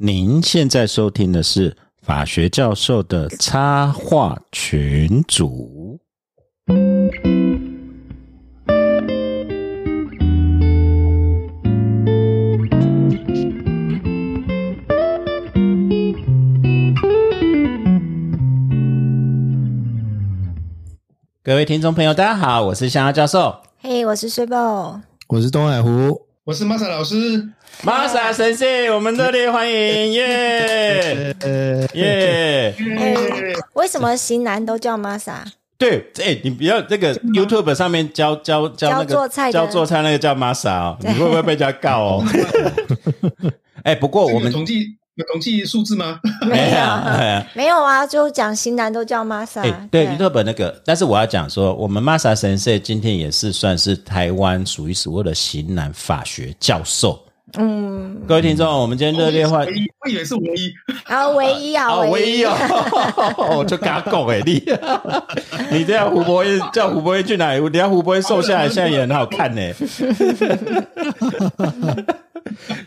您现在收听的是法学教授的插画群组。各位听众朋友，大家好，我是香蕉教授。嘿我是 s h i b o 我是东海湖，我是 Masa 老师，玛莎神社，我们热烈欢迎，耶呃，耶！嗯为什么型男都叫 Masa？ 对，哎、你不要那个 YouTube 上面教教教那个教做菜的教做菜那个叫 Masa 哦，你对会不会被人家告 哦？哎、不过我有们统计有统计数字吗？没哎有呀没有啊，就讲型男都叫哎、 Masa。对 YouTube 那个，但是我要讲说，我们 Masa 神社今天也是算是台湾数一数二的型男法学教授。嗯，各位听众，我们今天 热烈欢我以为是唯一，我以为是唯一，然后唯一啊，啊， 唯一啊，哦，我就跟他讲哎，你 你这样胡博会叫胡博会去哪里？等一下胡博会瘦下来，现在也很好看呢。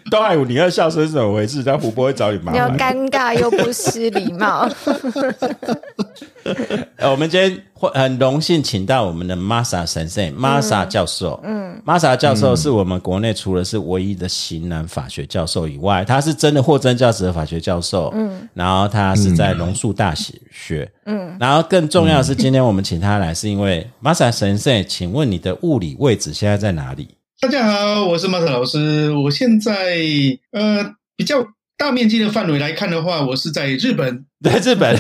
东海武，你要笑声是怎么回事？但胡博会找你麻又烦。尴尬又不失礼貌。 呃，我们今天会很荣幸请到我们的 Masa 神圣 Masa 教授。嗯，Masa 教授是我们国内除了是唯一的型男法学教授以外，他是真的货真价实的法学教授。嗯，然后他是在龙树大学。嗯， 然后更重要的是，今天我们请他来，是因为 Masa 神圣，请问你的物理位置现在在哪里？大家好，我是 Masa 老师，我现在呃比较大面积的范围来看的话，我是在日本。在日本。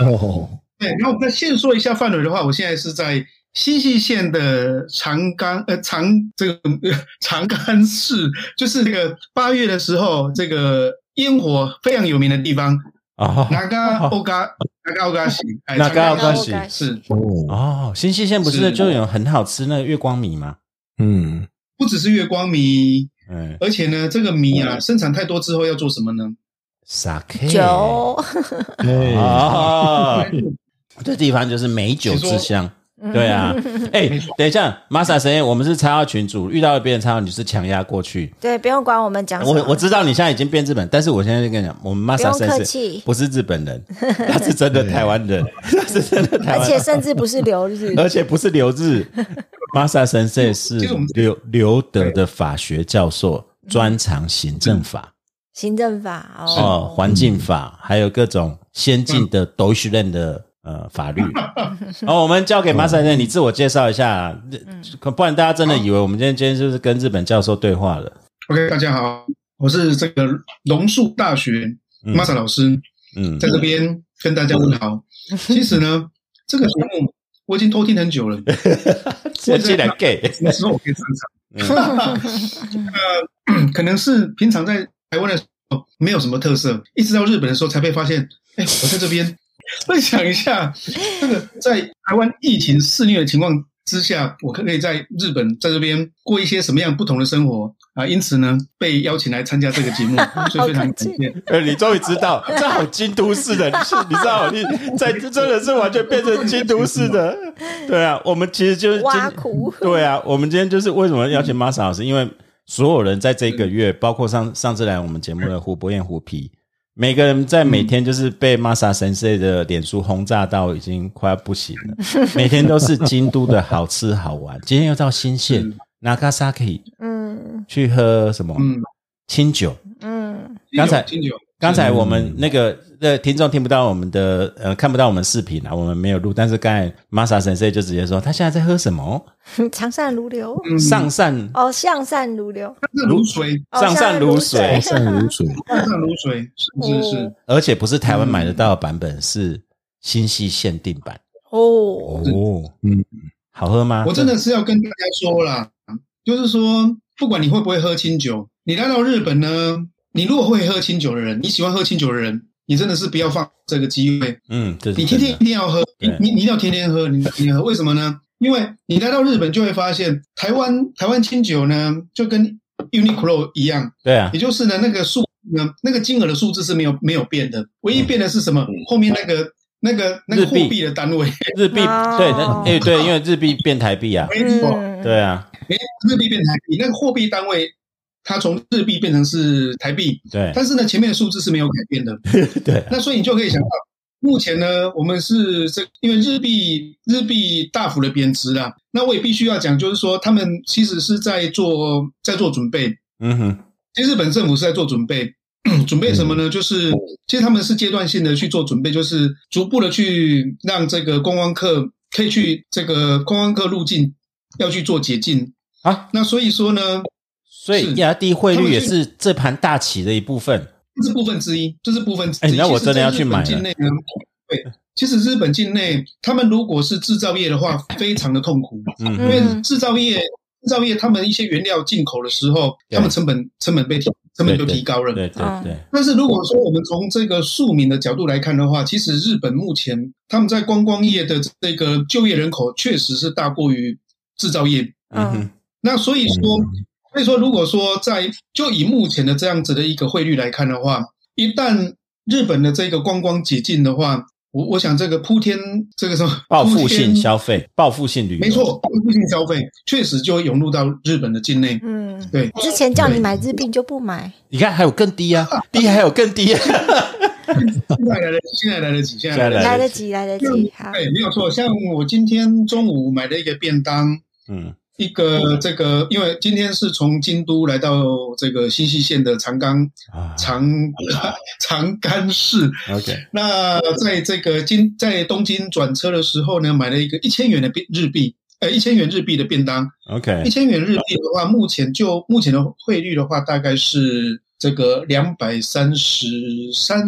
哦，对，然后我再限缩一下范围的话，我现在是在新舄县的长冈呃长这个呃长冈市， 就是这个八月的时候，这个烟火非常有名的地方， 哦那嘎欧嘎那嘎欧嘎西，哎 Naga 长冈 Ogashi 是哦，哦，新西线不是是就有很好吃那个月光米吗？嗯，不只是月光米，嗯而且呢，这个米啊，生产太多之后要做什么呢？ ，sake 酒，哎，哦，这地方就是美酒之乡。嗯对 啊，哎、等一下，玛莎神爷，我们是插号群主，遇到别人插号，你是强压过 去。对，不用管我们讲什我么。我知道你现在已经变日本，但是我现在就跟你讲，我们玛莎不用神是客气不是日本 人，他是真的台湾人，他是真的台而湾且人，甚至不是 ，留日而且不是留 日。玛莎神社是其实我们留留德的法学教授，专长行政法。行政法嗯哦，哦。环境法，还有各种先进的 d e u t s c h l a n 的呃法 律。哦，我们交嗯给马赛人，你自我介绍一下，不然大家真的以为我们今天今天就是跟日本教授对话了。 OK，大家好，我是这个龙树大学嗯 Masa 老师，嗯在这边跟大家问好。其实呢，这个节目我已经偷听很久了，这既然 gay， 什么时候我可以上场？ 呃，可能是平常在台湾的时候没有什么特色，一直到日本的时候才被发现，哎，我在这边分享一下这个在台湾疫情肆虐的情况之下，我可不可以在日本在这边过一些什么样不同的生活啊、因此呢，被邀请来参加这个节 目，所以非常感好客谢。呃，你终于知道，这好京都市的，你是你知道，你在这真的是完全变成京都市 的，对啊，我们其实就是今挖苦 对啊，我们今天就是为什么邀请玛莎老师，因为所有人在这个月，包括上上次来我们节目的胡博彦、胡皮，每个人在每天就是被玛莎神社的脸书轰炸到已经快要不行 了，每天都是京都的好吃好玩，今天又到新县 Nagasaki 嗯去喝什么嗯，清酒。嗯， 刚才清酒，刚才我们那个呃听众听不到我们的呃看不到我们视频啊，我们没有录，但是刚才玛莎神社就直接说他现在在喝什么？长善如流嗯上善哦，向善如流，那如水，哦上善如水上善如水，善如水，那如水，是是 是哦，而且不是台湾买得到的版本，是新西限定版哦，哦，嗯，好喝吗？我真的是要跟大家说啦，就是说，不管你会不会喝清酒，你来到日本呢，你如果会喝清酒的人，你喜欢喝清酒的人，你真的是不要放这个机会，嗯，这是你天天一真的定要喝，你对你你一定要天天喝，你你喝，为什么呢？因为你来到日本就会发现，台湾台湾清酒呢，就跟 Uniqlo 一样，对啊也，就是呢，那个数呢，那个金额的数字是没有没有变的，唯一变的是什么？后面那个那个那嗯个日货币币的单位，日币哦对，那哎对，因为日币变台币啊，没错。嗯，对啊，日币变台币，那个货币单位它从日币变成是台币，对但是呢，前面的数字是没有改变的。对那所以你就可以想到，目前呢，我们是这因为日币日币大幅的贬值啦，那我也必须要讲，就是说他们其实是在做在做准备，嗯哼，其实日本政府是在做准备。 准备什么呢？就是其实他们是阶段性的去做准备，就是逐步的去让这个观光客可以去这个观光客路径要去做解禁啊。那所以说呢，所以是亚低汇他率们也去是这盘大棋的一部分。这是部分之一，这是部分之一。哎那我其实真的要去买了在日本境内呢，对，其实日本境内他们如果是制造业的话，非常的痛苦，嗯因哼，为制造业制造业他们一些原料进口的时候，对他们成本成本被提成本就提高了。对对对，但是如果说我们从这个庶民的角度来看的话，其实日本目前他们在观光业的这个就业人口确实是大过于制造业，嗯哼，那所以说，嗯所以说，如果说在就以目前的这样子的一个汇率来看的话，一旦日本的这个观光解禁的话，我我想这个铺天这个什么报复性，铺天消费，报复性旅游，嗯没，错，报复性消费确实就会涌入到日本的境内。嗯，对，之前叫你买日币你就不买，你看还有更低啊，低还有更低 啊，现在来得及，现在来得及，现在来得现及。在来得得及及，来得像及，好，对，没有错。像我今天中午买了一个便当，嗯一个这个，因为今天是从京都来到这个新舄县的长冈啊长 长冈市， ，OK，那在这个京在东京转车的时候呢，买了一个一千元的便日币，呃，一千元日币的便当。一 OK，千元日币的话，目前就目前的汇率的话，大概是这个两百三十三，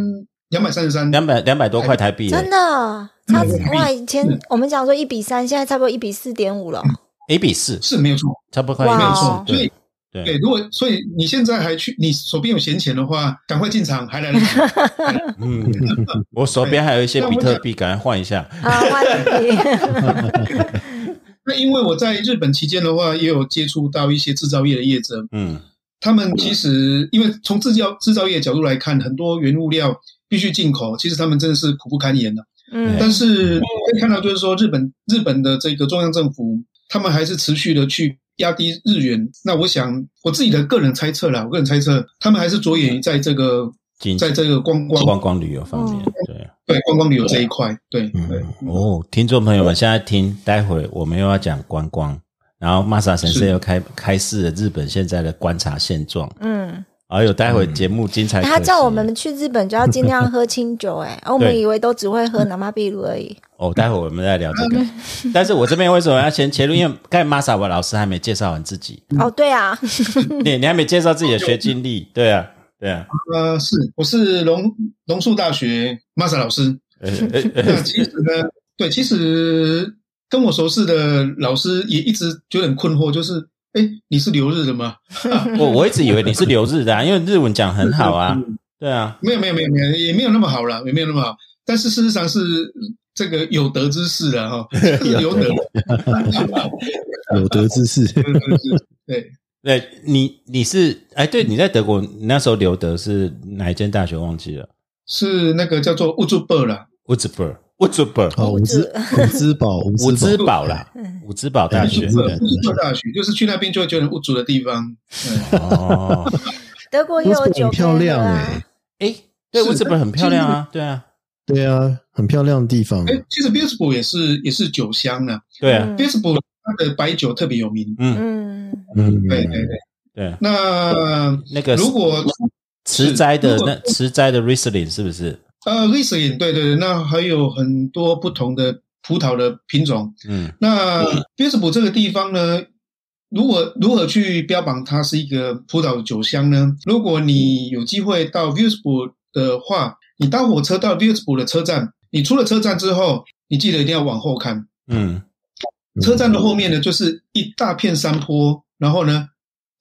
两百三十三。两百两百多块台币，真嗯的超级哇！以前我们讲说一比三，现在差不多一比四点五了，一比四，是没有错，差不多快哇一没有比错哦。四，所以对对对，如果所以你现在还去，你手边有闲钱的话，赶快进场，还来得及。嗯， 我手边还有一些比特币，赶快换一下，啊，花日币， 那因为我在日本期间的话，也有接触到一些制造业的业者，嗯他们其实因为从制造制造业角度来看，很多原物料必须进口，其实他们真的是苦不堪言的、啊嗯，但是可以看到，就是说日本日本的这个中央政府，他们还是持续的去压低日元。那我想我自己的个人猜测啦，我个人猜测，他们还是着眼于在这个经济在这个观光观光旅游方面，对。对观光旅游这一块，对对。哦，听众朋友们，现在听，待会我们又要讲观光，然后玛莎神社是又开开示了日本现在的观察现状。嗯，哎呦，待会节目精彩可期、哎他叫我们去日本就要尽量喝清酒，哎，啊我们以为都只会喝南马秘鲁而已，哦，待会我们再聊这个。嗯但是我这边为什么要先切入？因为刚才玛莎老师还没介绍完自己，哦，对啊，你你还没介绍自己的学经历，对啊，对 啊，呃，是，我是龙龙树大学 Masa 老师。呃呃呃那其实呢，对，其实跟我熟识的老师也一直觉得很困惑，就是，哎，你是留日的吗？嗯 我我一直以为你是留日的、啊，因为日文讲很好啊，嗯对啊，没有，没有，没有，没有，也没有那么好啦，也没有那么好。但是事实上是这个有德之士 了哈，就是有德，有德之士，有德之士对，对你你是哎，对，你在德国你那时候留德是哪一间大学忘记了是那个叫做乌珠贝啦， w u z b e r w u z b e r 好，我伍兹伍兹 堡，伍伍兹兹堡，堡啦，伍兹堡大学对。对乌珠贝大学，就是去那边就会觉得无主的地方。嗯哦，德国也伍兹有堡酒很可以漂亮喝啊欸哎，哎，对，是伍兹堡很漂亮啊，对啊，对啊，很漂亮的地方，哎，其实 b i s b o 也是也是酒乡啊对啊， b i s b o 它的白酒特别有名。嗯，嗯，嗯，对对对，对，那那个如果池斋的如果那池斋的 Riesling 是不是？呃 r i s l i n 对对对，那还有很多不同的葡萄的品种。嗯那 b i s b o 这个地方呢，如果如何去标榜它是一个葡萄酒乡呢？如果你有机会到 b i s b o 的话，你搭火车到 b i s b o 的车站，你出了车站之后，你记得一定要往后看。嗯，车站的后面呢，就是一大片山坡，然后呢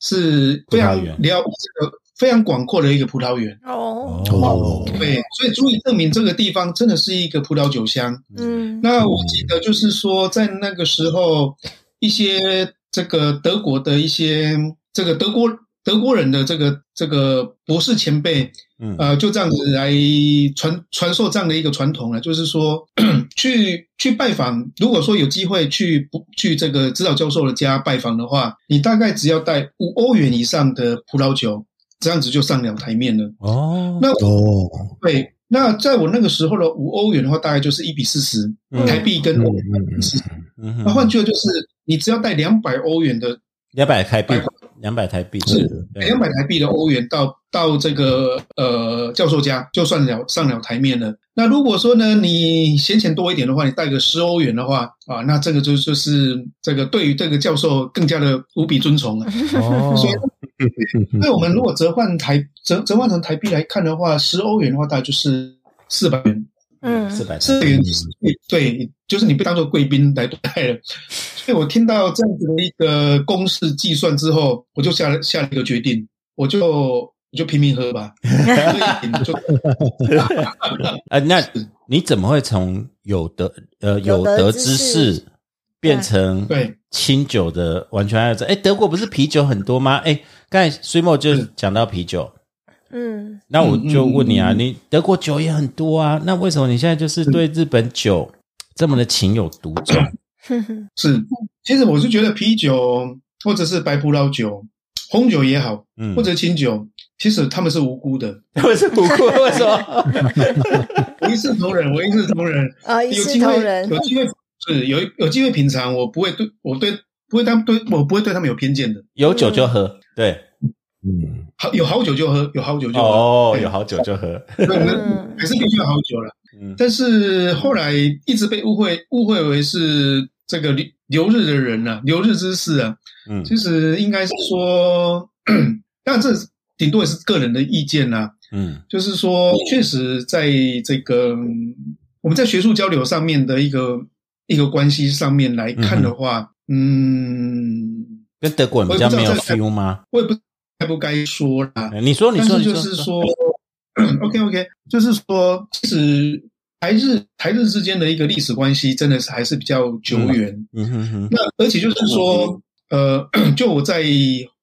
是非葡常萄园辽这个非常广阔的一个葡萄园。哦，哦，对，所以足以证明这个地方真的是一个葡萄酒乡。嗯，那我记得就是说，在那个时候，一些这个德国的一些这个德国德国人的这个这个博士前辈，嗯呃，就这样子来传传授这样的一个传统了，就是说去去拜访，如果说有机会去不去这个指导教授的家拜访的话，你大概只要带五欧元以上的葡萄酒，这样子就上了台面了。哦，那哦，对，那在我那个时候的五欧元的话，大概就是一比四十嗯台币跟嗯欧嗯元。嗯，嗯那换哼，句话就是，你只要带两百欧元的两百台币，两百台币是对两百台币的欧元到到这个呃教授家，就算了上了台面了。那如果说呢，你闲钱多一点的话，你带个十欧元的话啊，那这个就就是这个对于这个教授更加的无比尊崇啊。哦，所以嗯那我们如果折换台折折换成台币来看的话，十欧元的话大概就是四百元，嗯四百四百元对，就是你被当做贵宾来对待了。所以我听到这样子的一个公式计算之后，我就下了下了一个决定，我就我就拼命 喝吧，所以就 呃，那你怎么会从有德呃有有德德之之士士变成对清酒的完全爱好者？哎，德国不是啤酒很多吗？哎，刚才 s u m o 就嗯讲到啤酒，嗯 那我就问你啊，嗯嗯嗯你德国酒也很多啊，那为什么你现在就是对日本酒这么的情有独钟？哼哼是。其实我是觉得啤酒或者是白葡萄酒、红酒也好，嗯，或者清酒，其实他们是无辜的， 为什么不哭？为什么？我一视同仁，我一视 同仁。呃，一有视机同会仁，有机会是有有机会品尝，我不会对我对不会他们对我不会对他们有偏见的。有酒就喝，对，嗯，好有好酒就喝，有好酒就喝。哦，对有好酒就喝， 对我们嗯还是必须要好酒了。嗯但是后来一直被误会，误会为是这个留留日的人啊，留日之士啊。嗯其实应该是说，但这顶多也是个人的意见啦、嗯就是说，确实在这个嗯我们在学术交流上面的一个一个关系上面来看的话，嗯，跟德国人比较没有 feel 吗？我也不该不该说啦。呃你说，你但说，是你就是说，OK OK，就是说，其实台日台日之间的一个历史关系真的是还是比较久远。嗯哼哼，那而且就是说，呃，嗯就我在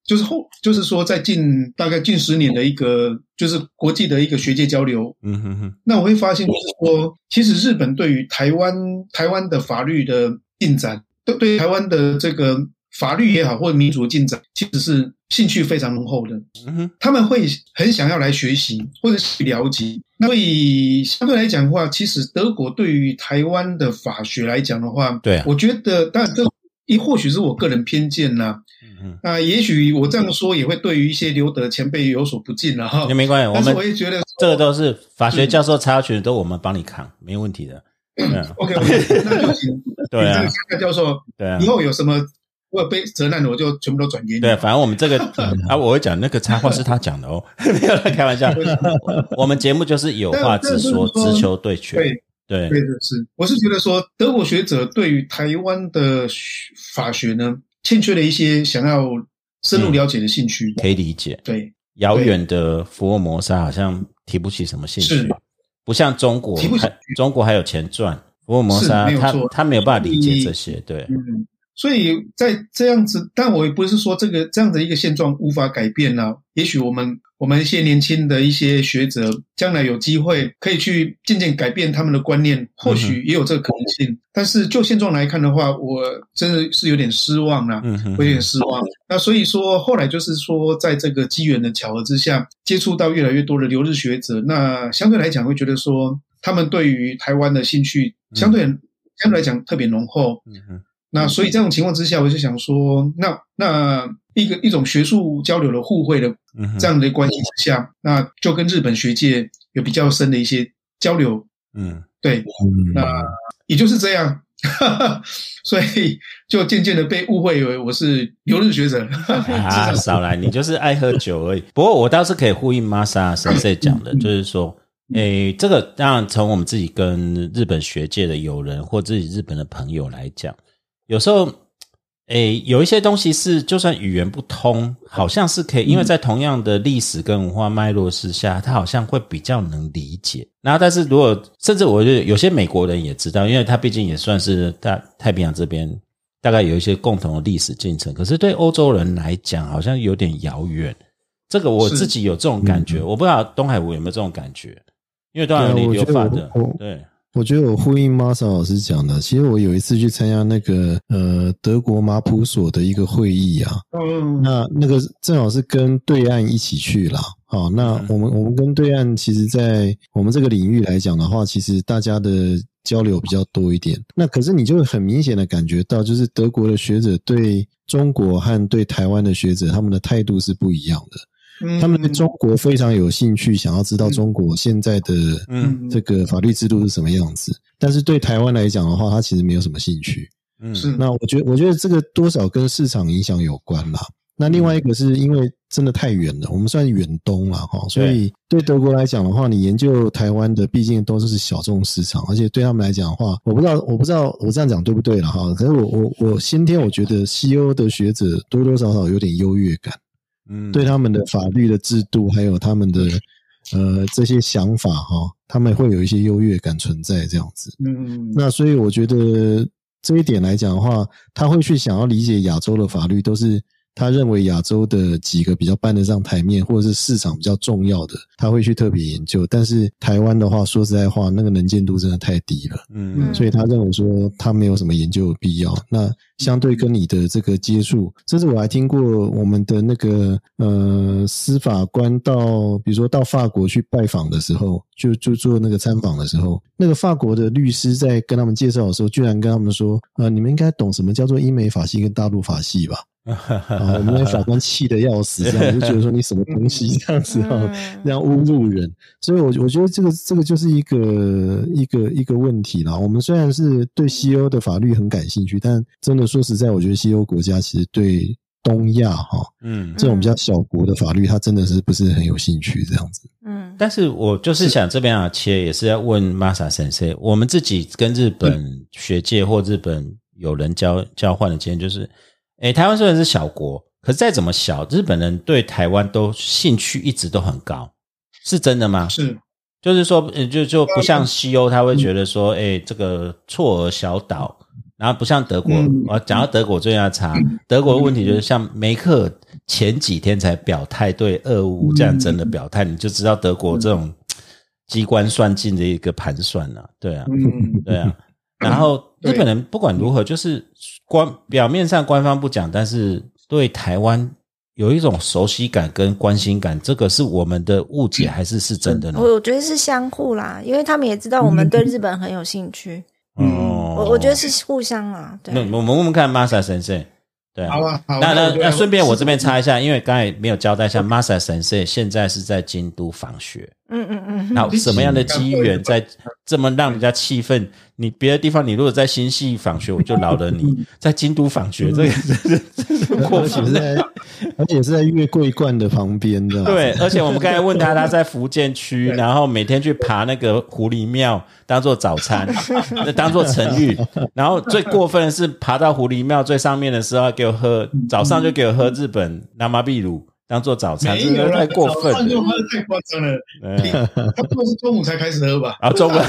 就是后就是说在近大概近十年的一个就是国际的一个学界交流，嗯哼哼，那我会发现就是说，其实日本对于台湾台湾的法律的进展，对对台湾的这个法律也好或者民主的进展，其实是兴趣非常浓厚的。嗯哼，他们会很想要来学习或者是了解。那所以相对来讲的话，其实德国对于台湾的法学来讲的话，对啊我觉得当然这也或许是我个人偏见啦、嗯哼。那、也许我这样说也会对于一些留德前辈有所不敬了哈那。没关系，我但是们我也觉得说这个都是法学教授查询，都我们帮你扛，没问题的。 嗯， OK，OK，那就请对啊请这个教授，对啊以，后有什么我有被责难的，我就全部都转给你。对，啊反正我们 这个啊，我会讲那个插话是他讲的哦， 没有在开 玩笑。我们节目就是有话直说，但但是说直球对决。对对对的，是，我是觉得说，德国学者对于台湾的学法学呢，欠缺了一些想要深入了解的兴趣。可以理解。对，遥远的福尔摩沙好像提不起什么兴趣是，不像中国提不起还，中国还有钱赚。福尔摩沙是没有他错他没有办法理解这些，对，嗯，所以在这样子，但我也不是说这个这样的一个现状无法改变啦、也许我们我们一些年轻的一些学者，将来有机会可以去渐渐改变他们的观念，或许也有这个可能性。但是就现状来看的话，我真的是有点失望啦、嗯哼我有，点失望。那所以说，后来就是说，在这个机缘的巧合之下，接触到越来越多的留日学者，那相对来讲会觉得说，他们对于台湾的兴趣嗯相对、相对来讲特别浓厚。嗯哼，那所以这种情况之下，我就想说，那那一个一种学术交流的互惠的嗯哼，这样的关系之下，那就跟日本学界有比较深的一些交流。嗯，对，那也就是这样， 所以就渐渐的被误会为我是留日 学者。啊，少来，你就是爱喝酒而已。不过我倒是可以呼应玛莎神社讲的，就是说，诶，这个当然从我们自己跟日本学界的友人或自己日本的朋友来讲，有时候，诶，有一些东西是就算语言不通，好像是可以，因为在同样的历史跟文化脉络之下，他好像会比较能理解。然后，但是如果甚至我觉得有些美国人也知道，因为他毕竟也算是大太平洋这边大概有一些共同的历史进程，可是对欧洲人来讲好像有点遥远。这个我是自己有这种感觉，我不知道东海湖有没有这种感觉，因为东海湖你留对啊我觉得发的我我，对，我觉得我呼应 m a s a 老师讲的，其实我有一次去参加那个呃德国马普所的一个会议啊，嗯，那那个正好是跟对岸一起去啦。好，那嗯我们我们跟对岸，其实，在我们这个领域来讲的话，其实大家的交流比较多一点。那可是你就会很明显的感觉到，就是德国的学者对中国和对台湾的学者，他们的态度是不一样的。嗯他们对中国非常有兴趣，想要知道中国现在的嗯这个法律制度是什么样子。但是对台湾来讲的话，他其实没有什么兴趣。嗯，是那我觉得，我觉得这个多少跟市场影响有关啦。那另外一个是因为真的太远了，我们算远东了哈，所以对德国来讲的话，你研究台湾的毕竟都是小众市场，而且对他们来讲的话，我不知道我不知道我这样讲对不对了哈。可是我我我先天我觉得西欧的学者多多少少有点优越感，嗯对他们的法律的制度还有他们的呃这些想法哈，他们会有一些优越感存在这样子。嗯，那所以我觉得这一点来讲的话，他会去想要理解亚洲的法律，都是他认为亚洲的几个比较搬得上台面或者是市场比较重要的，他会去特别研究。但是台湾的话，说实在话，那个能见度真的太低了。嗯所以他认为说他没有什么研究的必要。那相对跟你的这个接触，甚至我还听过我们的那个呃司法官到，比如说到法国去拜访的时候，就就做那个参访的时候，那个法国的律师在跟他们介绍的时候，居然跟他们说，呃，你们应该懂什么叫做英美法系跟大陆法系吧？ 啊，我们那法官气得要死，这样我就觉得说你什么东西这样子啊。嗯这样侮辱人，所以我我觉得这个这个就是一个一个一个问题啦。我们虽然是对西欧的法律很感兴趣，但真的说实在，我觉得西欧国家其实对东亚哈嗯，这种比较小国的法律，它真的是不是很有兴趣这样子。嗯但是我就是想这边啊，切也是要问 Masa 先生，我们自己跟日嗯本学界或日本友人交交换的经验，就是，诶，台湾虽然是小国，可是再怎么小，日本人对台湾都兴趣一直都很高，是真的吗？是就是说，呃就就不嗯像西欧，他会觉得说，哎、这个错俄小岛，然后不像德国嗯。我、讲到德国最要查，德国的问题就是像梅克尔前几天才表态对俄乌嗯战争的表态，你就知道德国这种机关算尽的一个盘算了、对啊， 嗯对 啊。然后日对本人不管如何，就是官表面上官方不讲，但是对台湾。有一种熟悉感跟关心感，这个是我们的误解，嗯还是是真的呢？我我觉得是相互啦，因为他们也知道我们对日本很有兴趣，哦，嗯我我觉得是互相啊，对那我们问问看 Masa 神圣，对，好啊好啊那那那我就那来顺便我这边插一下，因为刚才没有交代一下，Masa 神圣现在是在京都访学，嗯嗯嗯，那什么样的机缘嗯在这么让人家气愤？你别的地方你如果在新系访学，我就饶了 你，在京都访学，这个这这这是 过而且分是的。在而且是在月桂冠的旁边这样子。对，而且我们刚才问他，他在福建区， 对然后每天去爬那个狐狸庙当做早餐，那当做晨浴。然后最过分的是，爬到狐狸庙最上面的时候，给我喝早上就给我喝日本南麻秘鲁当做早餐，没这有个啦太过分早上就了。喝得太夸张了，对他们是中午才开始喝吧？然后中 文，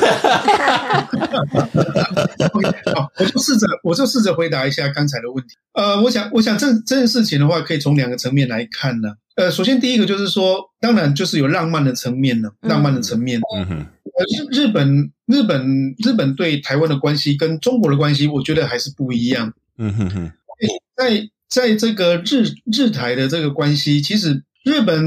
好，我就试着我就试着回答一下刚才的问题。呃，我想我想这这件事情的话，可以从两个层面来看呢、呃，首先第一个就是说，当然就是有浪漫的层面呢，嗯浪漫的层面。嗯哼，呃，日日本日本日本对台湾的关系跟中国的关系，我觉得还是不一样。嗯哼哼，在在这个日日台的这个关系，其实日本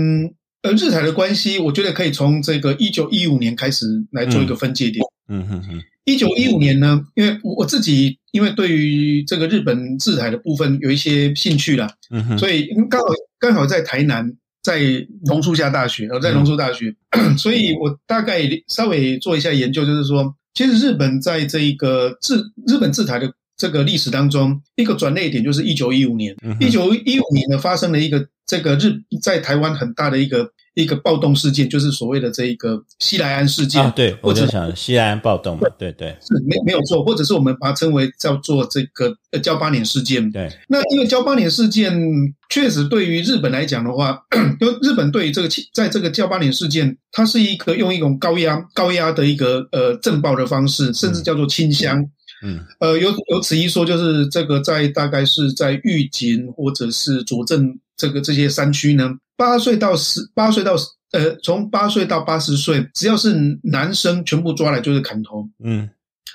呃日台的关系，我觉得可以从这个一九一五年开始来做一个分界点。嗯哼哼，一九一五年呢，因为我我自己因为对于这个日本制台的部分有一些兴趣啦，嗯哼，所以刚好刚好在台南，在龙树下大学，嗯呃，在龙树大学， 所以我大概稍微做一下研究，就是说，其实日本在这一个制日本制台的这个历史当中，一个转捩点就是一九一五年，嗯一哼，九一五年呢，发生了一个这个日在台湾很大的一个一个暴动事件，就是所谓的这一个西来安事件啊，对，我或者就想西安暴动嘛，对对是没没有错，或者是我们把它称为叫做这个呃交八年事件。对，那因为交八年事件确实对于日本来讲的话，就日本对于这个气在这个交八年事件，它是一个用一种高压高压的一个呃震爆的方式，甚至叫做清乡。嗯呃，有有此一说，就是这个在大概是在玉井或者是佐证这个这些山区呢，八岁到十八岁到呃，从八岁到八十岁，只要是男生，全部抓来就是砍头。嗯，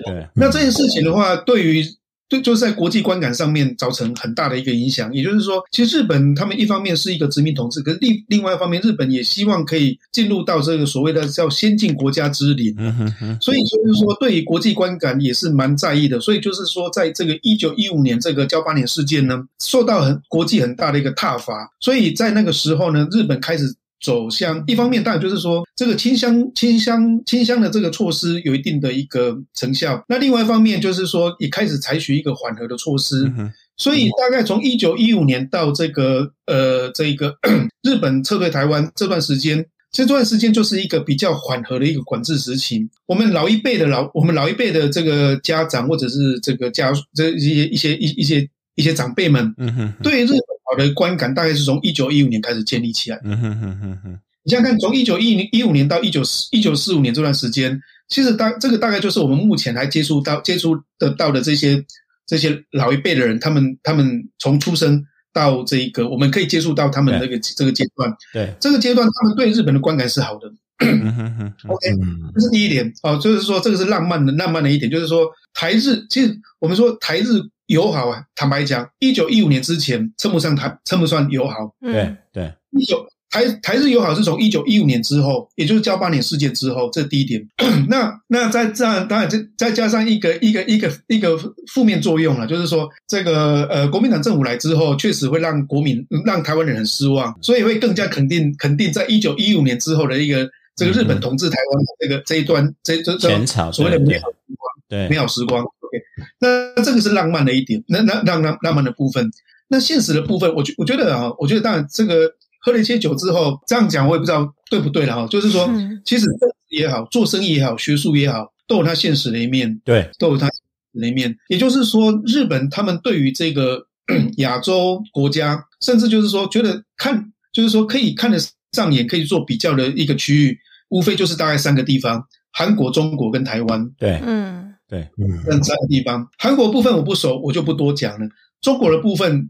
对，那这件事情的话，对于对就是在国际观感上面造成很大的一个影响。也就是说，其实日本他们一方面是一个殖民统治，可是另另外一方面，日本也希望可以进入到这个所谓的叫先进国家之林。嗯哼哼，所以就是说，对于国际观感也是蛮在意的。所以就是说，在这个一九一五年这个交八年事件呢，受到很国际很大的一个挞伐。所以在那个时候呢，日本开始走向一方面，当然就是说这个清乡、清乡、清乡的这个措施有一定的一个成效。那另外一方面就是说，也开始采取一个缓和的措施。嗯哼所以大概从一九一五年到这个呃这个 日本撤退台湾这段时间，其实这段时间就是一个比较缓和的一个管制时期。我们老一辈的老，我们老一辈的这个家长或者是这个家这一些一些一一些一些长辈们，嗯哼哼，对日本好的观感大概是从一九一五年开始建立起来。嗯哼哼哼哼，你想想看，从一九一零一五年到一九四一九四五年这段时间，其实大这个大概就是我们目前还接触到接触得到的这些这些老一辈的人，他们他们从出生到这个，我们可以接触到他们这个这个阶段，对，这个阶段他们对日本的观感是好的。嗯哼哼哼， OK，嗯这是第一点哦，就是说这个是浪漫的浪漫的一点，就是说台日其实我们说台日友好啊，坦白讲，一九一五年之前称不上台称不上友好，对嗯，对，一九台台日友好是从一九一五年之后，也就是交八年事件之后，这第一点。 那那再这样，当然再再加上一个一个一个一个负面作用了，就是说这个呃国民党政府来之后，确实会让国民让台湾人很失望，所以会更加肯定肯定在一九一五年之后的一个这个日本统治台湾的这个这一段这这这嗯前朝所谓的对美对好时光。美对，好时光。OK，那这个是浪漫的一点，那那浪浪浪漫的部分。那现实的部分，我觉我觉得啊，我觉得当然这个喝了一些酒之后，这样讲我也不知道对不对了哈。就是说嗯，其实政治也好，做生意也好，学术也好，都有它现实的一面，对，都有它里面。也就是说，日本他们对于这个 亚洲国家，甚至就是说觉得看，就是说可以看得上眼，可以做比较的一个区域，无非就是大概三个地方：韩国、中国跟台湾。对，嗯嗯认真的地方。韩国部分我不熟，我就不多讲了。中国的部分，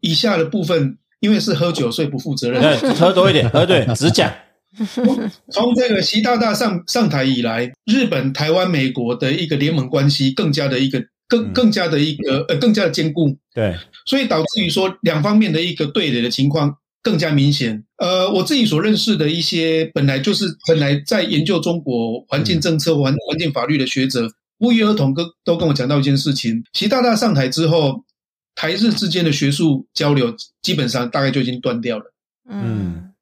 以下的部分，因为是喝酒，所以不负责任。 对，喝多一点，喝对，只讲，从这个习大大上上台以来，日本、台湾、美国的一个联盟关系更加的一个更嗯更加的一个呃更加的坚固，对，所以导致于说两方面的一个对垒的情况更加明显。呃，我自己所认识的一些本来就是本来在研究中国环境政策、环环境法律的学者，不约而同跟都跟我讲到一件事情：习大大上台之后，台日之间的学术交流基本上大概就已经断掉了。哎嗯嗯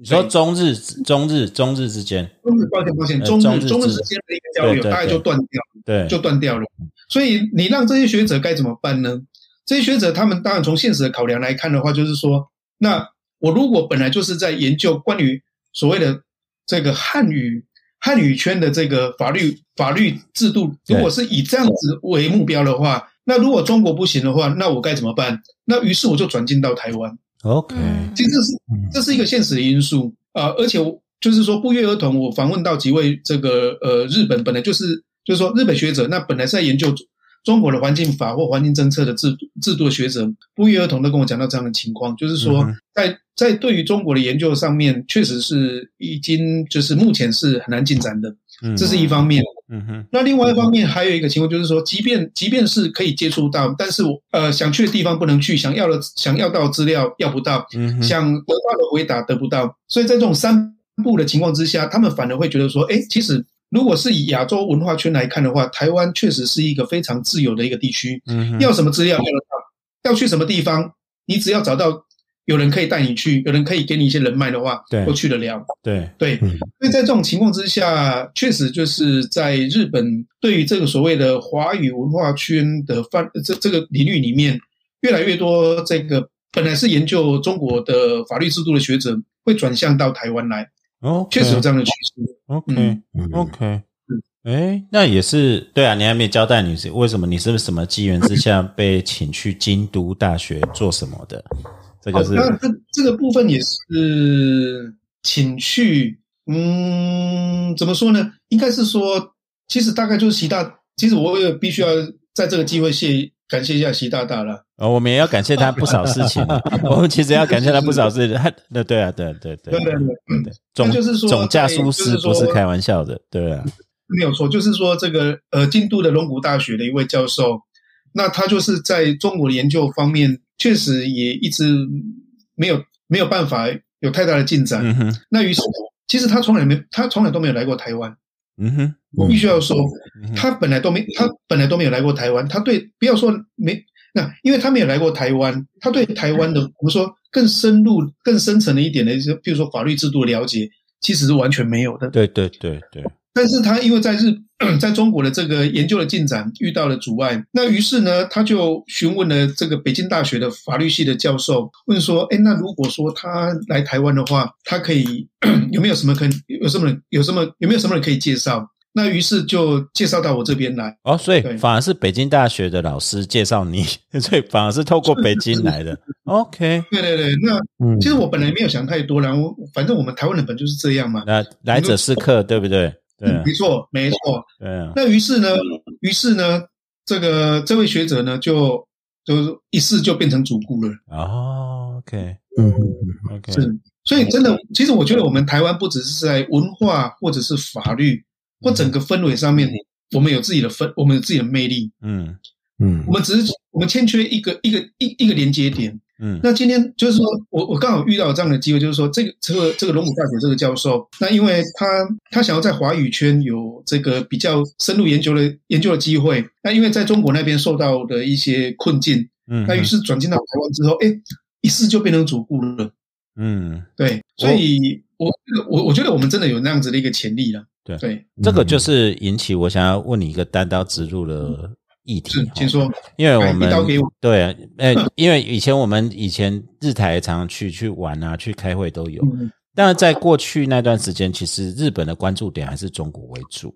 你说中日中日中日之间，中日抱歉抱歉，呃中中日日中日之之间的一个交流对对大概就对断掉了。对，就断掉了。所以你让这些学者该怎么办呢？这些学者他们当然从现实的考量来看的话，就是说，那我如果本来就是在研究关于所谓的这个汉语汉语圈的这个法律法律制度，对如果是以这样子为目标的话，那如果中国不行的话，那我该怎么办？那于是我就转进到台湾。 OK，嗯其实这是嗯这是一个现实的因素啊、呃而且我就是说不约而同，我访问到几位这个呃日本本来就是就是说日本学者，那本来是在研究中国的环境法或环境政策的制度制度的学者，不约而同的跟我讲到这样的情况，就是嗯说哼在在对于中国的研究上面，确实是已经就是目前是很难进展的，嗯这是一方面。嗯哼，那另外一方面还有一个情况就是说，即便即便是可以接触到，但是我呃想去的地方不能去，想要的想要到的资料要不到，嗯哼，想得到的回答得不到，所以在这种三步的情况之下，他们反而会觉得说，哎，其实如果是以亚洲文化圈来看的话，台湾确实是一个非常自由的一个地区，嗯哼要什么资料要得到，要去什么地方，你只要找到有人可以带你去，有人可以给你一些人脉的话，对都去得了。对，对，嗯所以在这种情况之下，确实就是在日本对于这个所谓的华语文化圈的范这这个领域里面，越来越多这个本来是研究中国的法律制度的学者，会转向到台湾来，哦，确实有这样的趋势。 OK 嗯 OK，哎，那也是对啊，你还没交代你是为什么你是不是什么机缘之下被请去京都大学做什么的？这好哦个，是哦那这这个部分也是请去，嗯，怎么说呢？应该是说，其实大概就是习大，其实我也必须要在这个机会谢感谢一下习大大了。呃，我们也要感谢他不少事情 啊，我们其实要感谢他不少事情。他，那对啊，对对对对对对，嗯对总那就是说总价舒在适就是不说是开玩笑的，对啊，没有错，就是说这个呃，京都的龙谷大学的一位教授，那他就是在中国的研究方面，确实也一直没有没有办法有太大的进展。嗯哼，那于是，其实他从来没他从来都没有来过台湾。嗯哼，我必须要说，嗯哼他本来都没他本来都没有来过台湾，他对不要说没那，因为他没有来过台湾，他对台湾的我们说更深入、更深层的一点的一些，比如说法律制度的了解，其实是完全没有的。对对对对，但是他因为在日 在中国的这个研究的进展遇到了阻碍，那于是呢，他就询问了这个北京大学的法律系的教授，问说：“哎，那如果说他来台湾的话，他可以 有没有什么可以有什么人有什么有没有什么人可以介绍？”那于是就介绍到我这边来。哦，所以对反而是北京大学的老师介绍你， 所以反而是透过北京来 的，OK，对对对，那嗯，其实我本来没有想太多啦，我反正我们台湾人本就是这样嘛。那来者是客，对不对？对啊没错，没错。对啊，那于是呢，于是呢，这个这位学者呢，就就是一试就变成主顾了。哦，OK 嗯 OK，是所以真的，其实我觉得我们台湾不只是在文化或者是法律或整个氛围上面，我们有自己的氛，我们有自己的魅力。嗯嗯我们只是我们欠缺一个一个一一个连接点。嗯那今天就是说我我刚好遇到这样的机会，就是说这个这个这个龙谷大学这个教授，那因为他他想要在华语圈有这个比较深入研究的研究的机会，那因为在中国那边受到的一些困境，嗯，那于是转进到台湾之后，哎，一试就变成主顾了。嗯，对，所以我我我觉得我们真的有那样子的一个潜力了。对对，这嗯个就是引起我想要问你一个单刀直入的议题是，，哈请说。因为我们来一刀给我对，哎、因为以前我们以前日台也常常去去玩啊，去开会都有。嗯但是在过去那段时间，其实日本的关注点还是中国为主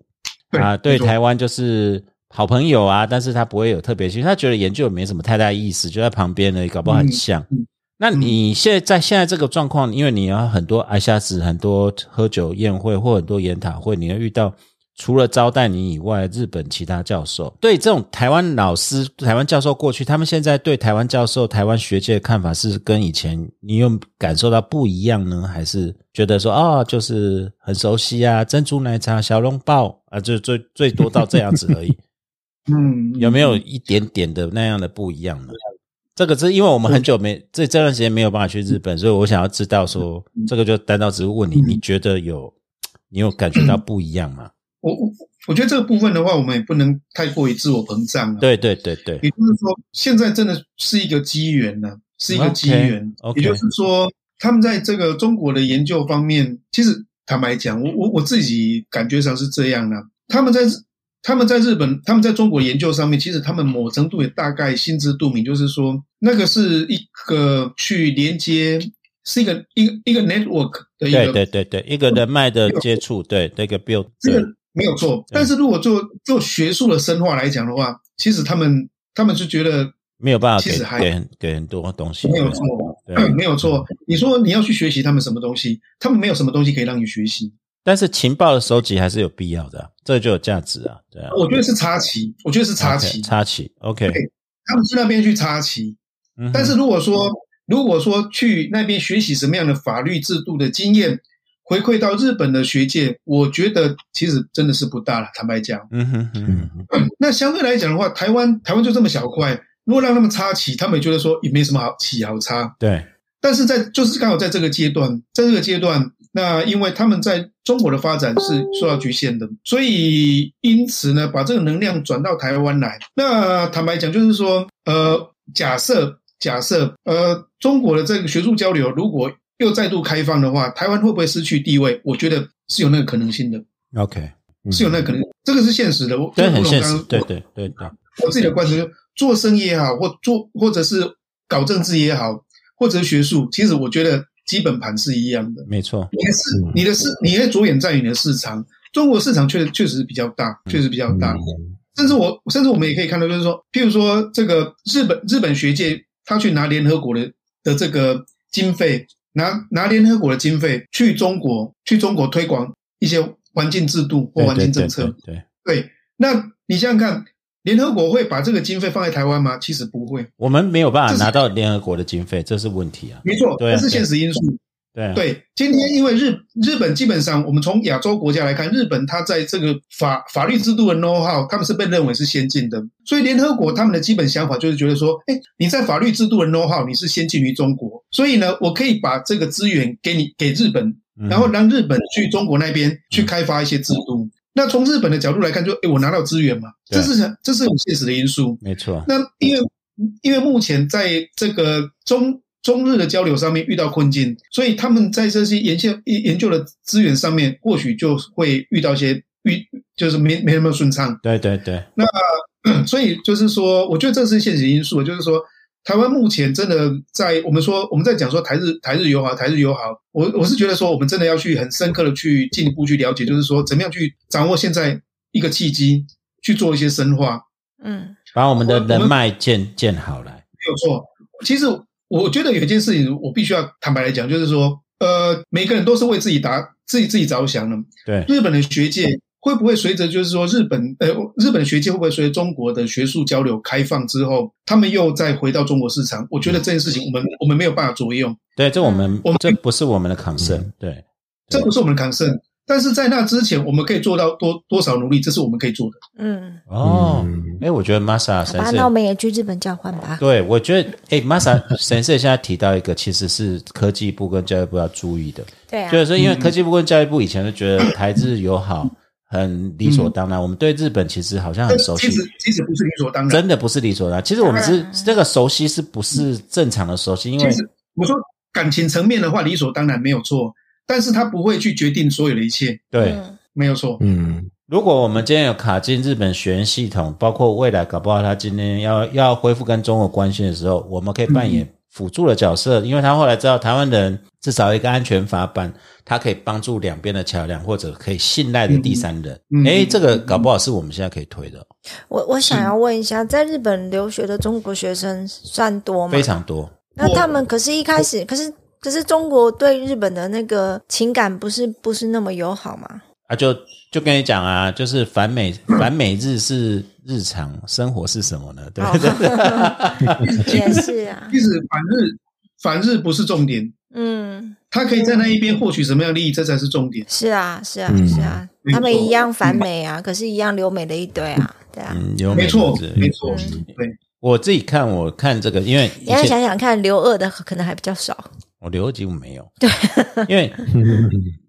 对啊，对没错台湾就是好朋友啊，但是他不会有特别兴趣，他觉得研究也没什么太大意思，就在旁边而已，搞不好很像。嗯嗯那你现在在现在这个状况，因为你要很多挨下子，很多喝酒宴会或很多研讨会，你会遇到除了招待你以外，日本其他教授对这种台湾老师、台湾教授过去，他们现在对台湾教授、台湾学界的看法是跟以前你有感受到不一样呢，还是觉得说哦，就是很熟悉啊，珍珠奶茶、小笼包啊，就最最多到这样子而已，嗯，有没有一点点的那样的不一样呢？这个是因为我们很久没这这段时间没有办法去日本，所以我想要知道说，这个就单刀直入问你，嗯你觉得有你有感觉到不一样吗？我我我觉得这个部分的话，我们也不能太过于自我膨胀啊。，对对对对，也就是说，现在真的是一个机缘呢，是一个机缘。 OK，OK 也就是说，他们在这个中国的研究方面，其实坦白讲，我我我自己感觉上是这样的、他们在。他们在日本，他们在中国研究上面，其实他们某程度也大概心知肚明，就是说，那个是一个去连接，是一个一个一个 network 的一个对对对对，一个人脉的接触，对那个 build，这对个没有错。但是如果做做学术的深化来讲的话，其实他们他们是觉得没有办法其给实还给很给很多东西，没有对错，对。啊嗯没有错。你说你要去学习他们什么东西，他们没有什么东西可以让你学习。但是情报的收集还是有必要的啊，这就有价值啊，对啊。我觉得是插旗，我觉得是插 OK，旗，插旗，OK 对。他们去那边去插旗。嗯哼但是如果说如果说去那边学习什么样的法律制度的经验，回馈到日本的学界，我觉得其实真的是不大了。坦白讲。嗯哼嗯哼，嗯那相对来讲的话，台湾台湾就这么小块，如果让他们插旗，他们也觉得说也没什么好旗好插。对，但是在就是刚好在这个阶段，在这个阶段，那因为他们在中国的发展是受到局限的，所以因此呢，把这个能量转到台湾来。那坦白讲，就是说，呃，假设假设呃，中国的这个学术交流如果又再度开放的话，台湾会不会失去地位？我觉得是有那个可能性的， ，OK，嗯是有那个可能，这个是现实的。我这这个很我现刚实，刚对对对对，我自己的观察，就做生意也好，或做或者是搞政治也好，或者是学术，其实我觉得基本盘是一样的。没错，你的市，你的市，你的着眼在于你的市场。中国市场确确实比较大，确实比较嗯大。甚至我甚至我们也可以看到，就是说，譬如说这个日本日本学界，他去拿联合国的的这个经费，拿拿联合国的经费去中国去中国推广一些环境制度或对环对境对政策。对对，对，那你想想看，联合国会把这个经费放在台湾吗？其实不会，我们没有办法拿到联合国的经费，这是问题啊。没错，对啊这是现实因素。对啊，对，今天因为日日本基本上，我们从亚洲国家来看，日本它在这个法法律制度的 know how，他们是被认为是先进的，所以联合国他们的基本想法就是觉得说，哎，你在法律制度的 know how 你是先进于中国，所以呢，我可以把这个资源给你给日本，嗯然后让日本去中国那边去开发一些制度。那从日本的角度来看就，诶哎，我拿到资源嘛，对啊这是这是很现实的因素。没错，那因为因为目前在这个中中日的交流上面遇到困境，所以他们在这些研究研究的资源上面，或许就会遇到一些遇就是没没那么顺畅。 对对对，所以就是说，我觉得这是现实因素，就是说。台湾目前真的在我们说我们在讲说台日台日友好台日友好，我我是觉得说我们真的要去很深刻的去进一步去了解，就是说怎么样去掌握现在一个契机去做一些深化，嗯把我们的我我们人脉建建好来。没有错。其实我觉得有一件事情，我必须要坦白来讲，就是说，呃，每个人都是为自己打自己自己着想的。对，日本的学界会不会随着就是说日本呃日本的学界会不会随着中国的学术交流开放之后，他们又再回到中国市场？我觉得这件事情嗯我们我们没有办法左右，对，这我们嗯我们这不是我们的 concern，对嗯这不是我们的 concern。但是在那之前，我们可以做到多多少努力，这是我们可以做的。嗯，哦嗯。哎，我觉得 Masa 好神吧，社那我们也去日本交换吧。对，我觉得，哎、m a s a 神社现在提到一个，其实是科技部跟教育部要注意的，对啊就，是说，因为科技部跟教育部以前就觉得台日友好很理所当然，我们对日本其实好像很熟悉嗯呃其，实其实不是理所当然。真的不是理所当然。其实我们是这个熟悉是不是嗯正常的熟悉？因为其实我说感情层面的话，理所当然没有错，但是他不会去决定所有的一切，对，嗯没有错。嗯，如果我们今天有卡进日本学员系统，包括未来搞不好他今天要要恢复跟中国关系的时候，我们可以嗯扮演辅助的角色，因为他后来知道台湾人至少有一个安全法版，他可以帮助两边的桥梁或者可以信赖的第三人。嗯嗯诶，嗯这个搞不好是我们现在可以推的，我我嗯想要问一下，在日本留学的中国学生算嗯多吗非？常多。那他们可是一开始，可是可是中国对日本的那个情感不是不是那么友好嘛？啊，就就跟你讲啊，就是反美反美日是日常生活是什么呢？对 哦不对？ 也是啊，其实反日反日不是重点，嗯，他可以在那一边获取什么样的利益，这才是重点。是啊，是啊，嗯是啊，他们一样反美啊，可是一样留美的一堆啊，对啊。嗯，有美没错日，没错，嗯对，我自己看，我看这个，因为以你要前想想看，留二的可能还比较少，我留级我没有，对， 因为嗯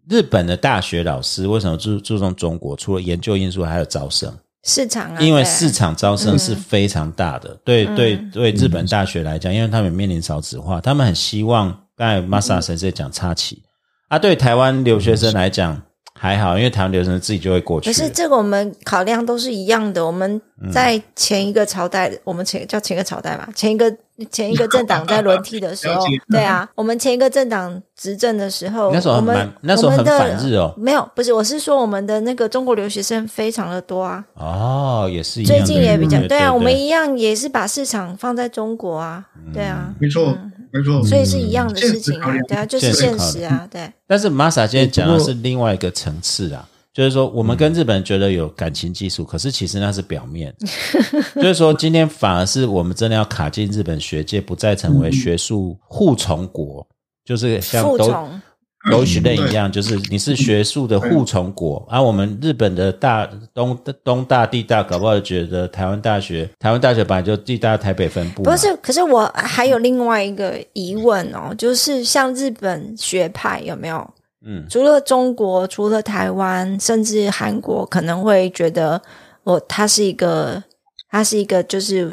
日本的大学老师为什么注注重中国？除了研究因素，还有招生，市场啊，因为对嗯市场招生是非常大的。对对对，日嗯本大学来讲，因为他们面临少子化，他们很希望刚嗯才 Masa 先生讲插旗啊，对台湾留学嗯生来讲还好，因为台湾留学生自己就会过去可。是这个我们考量都是一样的。我们嗯在前一个朝代，我们前叫前一个朝代吧，前一个前一个政党在轮替的时候了解，对啊，我们前一个政党执政的时候，那时候我很们蛮，那时候很我们的反日哦。没有，不是，我是说我们的那个中国留学生非常的多啊，哦，也是一样最的近也比较对对啊，我们对嗯一样也是把市场放在中国啊，对啊，没错，没错。所以是一样的事情啊现实考，量对啊，就是现实现考实啊，对，但是 Masa 今天讲哎的是另外一个层次啊，就是说我们跟日本人觉得有感情基础，可是其实那是表 面。就是说，今天反而是我们真的要卡进日本学界，不再成为学术护从国，就是像复都从都许类一样，就是你是学术的护从国，而、啊、我们日本的大东东大地大，搞不好觉得台湾大学，台湾大学本来就地大台北分部嘛，不是，可是我还有另外一个疑问哦，就是像日本学派有没有？嗯，除了中国，除了台湾，甚至韩国，可能会觉得我它是一个，它是一个，就是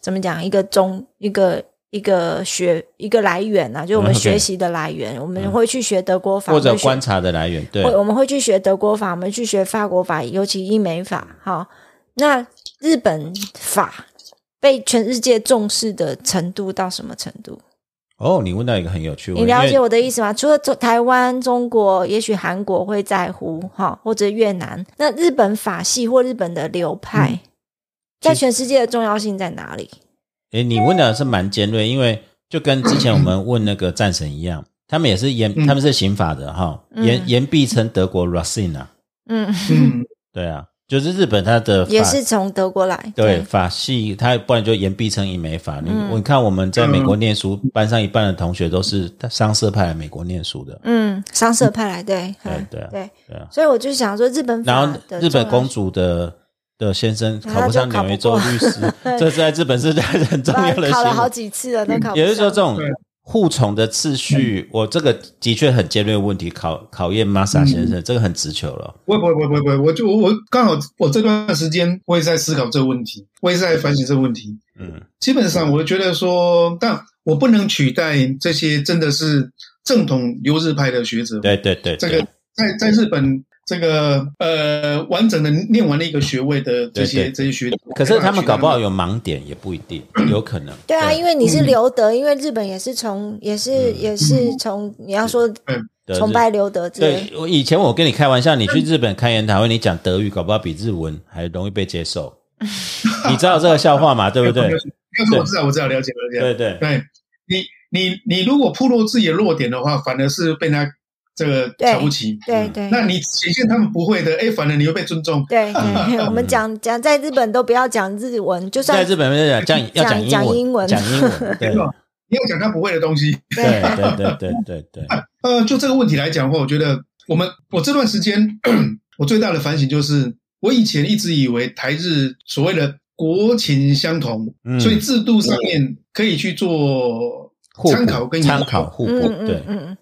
怎么讲，一个中一个一个学一个来源啊，就是我嗯们，OK 嗯学习的来源，我们会去学德国法，或者会学观察的来源，对会，我们会去学德国法，我们去学法国法，尤其英美法。好，那日本法被全世界重视的程度到什么程度？哦，你问到一个很有趣，你了因为解我的意思吗？除了中台湾、中国，也许韩国会在乎哈，或者越南。那日本法系或日本的流派，嗯在全世界的重要性在哪里？诶，你问的是蛮尖锐，因为就跟之前我 们问那个战神一样，他们也是严，嗯他们是刑法的哈，嗯严严必称德国 Racine 啊，嗯，嗯，对啊，就是日本它的法也是从德国来，对法系，它不然就言必称以美法。你、嗯我看我们在美国念书，班上一半的同学都是商社派来美国念书的，嗯，商社派来，对，对嗯对啊对对啊。所以我就想说，日本然法后的日本重要公主的的先生然考不后啊就上考纽约不州过律 师，这是在日本是 很重要的考了新好闻。几次了，都考嗯不上。也就是说，这种对嗯护宠的次序，我这个的确很尖锐的问题，考考验 Masa 先嗯生，这个很直球了。不会不会不会不会不会，我就我我刚好我这段时间我也在思考这个问题，我也在反省这个问题。嗯基本上，我觉得说，但我不能取代这些真的是正统留日派的学者。，对对对，这对个在在日本这个呃完整的念完了一个学位的这对些对这些学者，可是他们搞不好有有盲点，也不一定，有可能。对啊，因为你是嗯留德，因为日本也是从也是嗯也是从你要说对崇拜留德之类对，我以前我跟你开玩笑，你去日本开研讨会，你讲德语，搞不好比日文还容易被接受。 你知道这个笑话 嘛？对不对？要是我知道我知道了解了解，对对对你你你如果铺露自己的弱点的话，反而是被他这个对瞧不起。对嗯对那你显现他们不会的，哎，反而你会被尊重。对对， 我们讲讲在日本都不要讲日文，就在算日本来讲，要讲讲英文，讲讲英文，对没错你要讲他不会的东西。对对对对对对，呃，就这个问题来讲的话，我觉得我们我这段时间 我最大的反省就是，我以前一直以为台日所谓的国情相同，嗯所以制度上面可以去做互补 参考跟参考。互嗯补，嗯对嗯，嗯，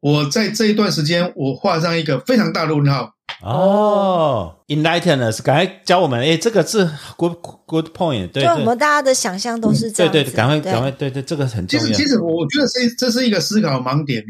我在这一段时间，我画上一个非常大的问号。哦，enlighten us，赶快教我们，哎，这个是 good good point，对就我对嗯们大家的想象都是这样子，对对，赶快对赶快，对对，这个很其重实，要其，实我我觉得这这是一个思考盲点。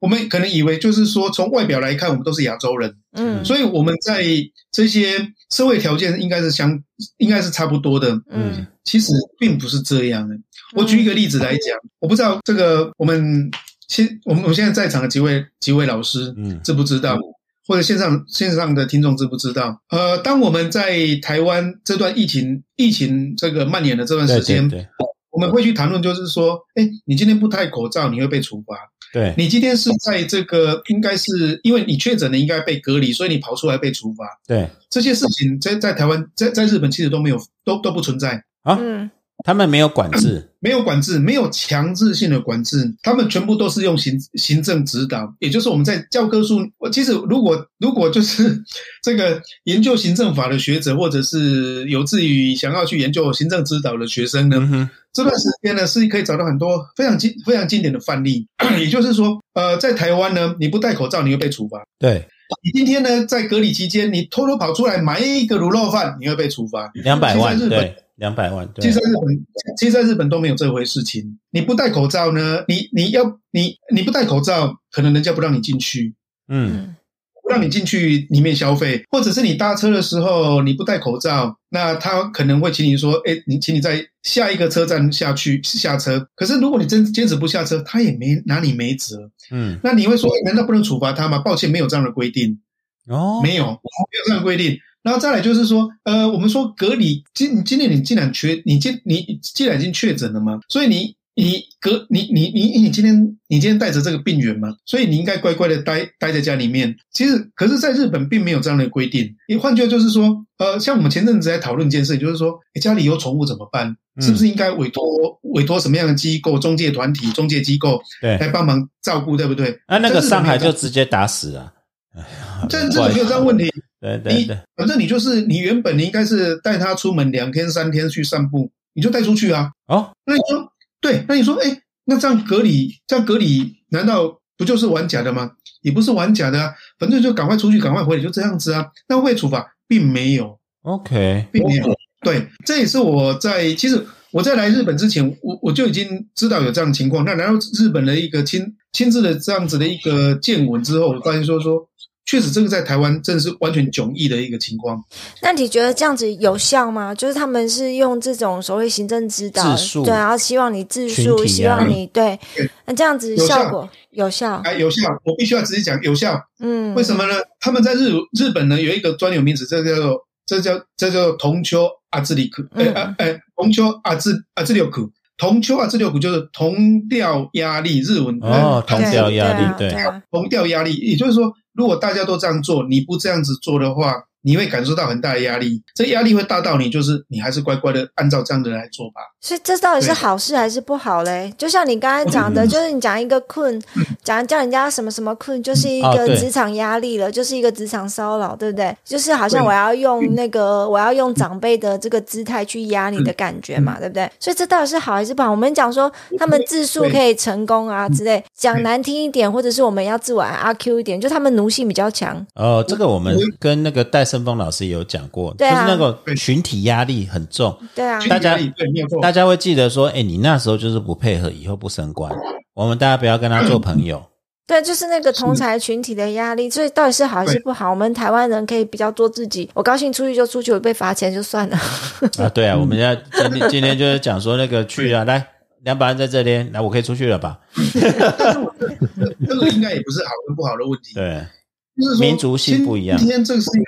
我们可能以为就是说，从外表来看，我们都是亚洲人，嗯所以我们在这些社会条件应该是相应该是差不多的。嗯其实并不是这样的。我举一个例子来讲，嗯我不知道这个我们现我们我们现在在场的几位几位老师，嗯知不知道？或者线上线上的听众知不知道？呃，当我们在台湾这段疫情疫情这个蔓延的这段对时对间，对我们会去谈论，就是说，哎，你今天不戴口罩，你会被处罚。对，你今天是在这个应该是因为你确诊了，应该被隔离，所以你跑出来被处罚。对这些事情在在台湾在在日本其实都没有都都不存在。嗯啊他们没有管制，没有管制，没有强制性的管制，他们全部都是用行行政指导，也就是我们在教科书。我其实如果如果就是 这个研究行政法的学者，或者是有志于想要去研究行政指导的学生呢，嗯哼，这段时间呢是可以找到很多非常经非常经典的范例。 也就是说，呃，在台湾呢，你不戴口罩你会被处罚；对，你今天呢在隔离期间，你偷偷跑出来买一个卤肉饭，你会被处罚。两百万其，实在日本对，两百万，对其，实在日本，其实在日本都没有这回事情。你不戴口罩呢，你你要你你不戴口罩，可能人家不让你进去，嗯，嗯不让你进去里面消费，或者是你搭车的时候你不戴口罩，那他可能会请你说，哎，你请你在下一个车站下去下车。可是如果你真坚持不下车，他也没拿你没辙。嗯，那你会说，诶哎难道不能处罚他吗？抱歉，没有这样的规定。哦，没有，没有这样的规定。然后再来就是说，呃，我们说隔离，今今天你既然确，你今你既然已经确诊了嘛，所以你你隔你你你你今天你今天带着这个病源嘛，所以你应该乖乖的待待在家里面。其实，可是在日本并没有这样的规定。也换句话就是说，呃，像我们前阵子在讨论一件事情，就是说，诶家里有宠物怎么办？嗯是不是应该委托委托什么样的机构、中介团体、中介机构对，来帮忙照顾，对不对？那那个在日本没有上海这样就直接打死了，啊在日本没有这样的问题。对对你对，反正你就是你原本你应该是带他出门两天三天去散步，你就带出去啊。哦，那你说对，那你说哎，那这样隔离，这样隔离难道不就是玩假的吗？也不是玩假的啊，反正就赶快出去，赶快回来，就这样子啊。那会不会处罚，并没有， OK，并没有。对，这也是我在其实我在来日本之前，我我就已经知道有这样的情况。那然后日本的一个亲亲自的这样子的一个见闻之后，我发现说说，确实这个在台湾真的是完全迥异的一个情况。那你觉得这样子有效吗？就是他们是用这种所谓行政指导，自述对，然后希望你自群述，体啊希望你对对，那这样子嗯有效效果有效，哎，有效，我必须要直接讲有效。嗯，为什么呢？他们在日日本呢有一个专有名词，这叫做这叫这叫做同丘阿兹里克，哎嗯哎哎，同丘阿兹阿兹六克，同丘阿兹六克就是同调压力，日文哦呃同对调压力对对啊对啊同调压力，也就是说，如果大家都这样做，你不这样子做的话，你会感受到很大的压力，这压力会大到你就是你还是乖乖的按照这样的来做吧。所以这到底是对好事还是不好嘞？就像你刚才讲嗯的，就是你讲一个困，讲叫人家什么什么困，就是一哦个对职场压力了，就是一个职场骚扰，对不对？就是好像对嗯我要用那个，我要用长辈的这个姿态去压你的感觉嘛，对不对？所以这到底是好还是不好？我们讲说他们自述嗯对可以成功啊之类，讲难听一点，或者是我们要自我阿 Q 一点，就他们奴性比较强，哦，这个我们跟那个戴胜峰老师也有讲过，对啊就是那个群体压力很重，对啊，大家群体压力对没有错，大家会记得说，哎，你那时候就是不配合，以后不升官，我们大家不要跟他做朋友。对，就是那个同才群体的压力，所以到底是好还是对不好？我们台湾人可以比较做自己，我高兴出去就出去，我被罚钱就算了。嗯啊，对啊，我们要今天今天就是讲说那个去啊，来两百万在这里，来我可以出去了吧？这个应该也不是好跟不好的问题，对，就是说民族性今不一样今天这个是一个，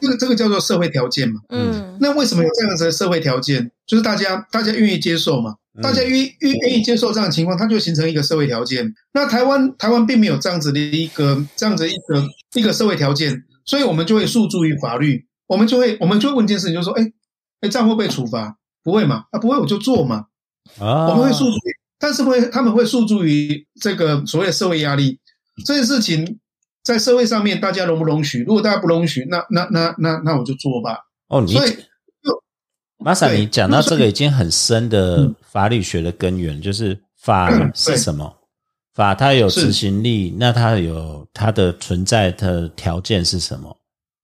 这个这个叫做社会条件嘛。 嗯，那为什么有这样子的社会条件？就是大家大家愿意接受嘛，嗯大家愿意愿愿意接受这样的情况，它就形成一个社会条件。那台湾台湾并没有这样子的一个这样子一个一个社会条件，所以我们就会诉诸于法律，我们就会我们就会问一件事情，就是说，哎哎，这样会不会处罚？不会嘛？啊，不会我就做嘛。啊，我们会诉诸于，但是会他们会诉诸于这个所谓的社会压力这件事情，在社会上面大家容不容许？如果大家不容许，那那那那那我就做吧。哦，你所以玛莎，对你讲到这个已经很深的法律学的根源，就是法嗯是对什么？法它有是执行力，那它有它的存在的条件是什么？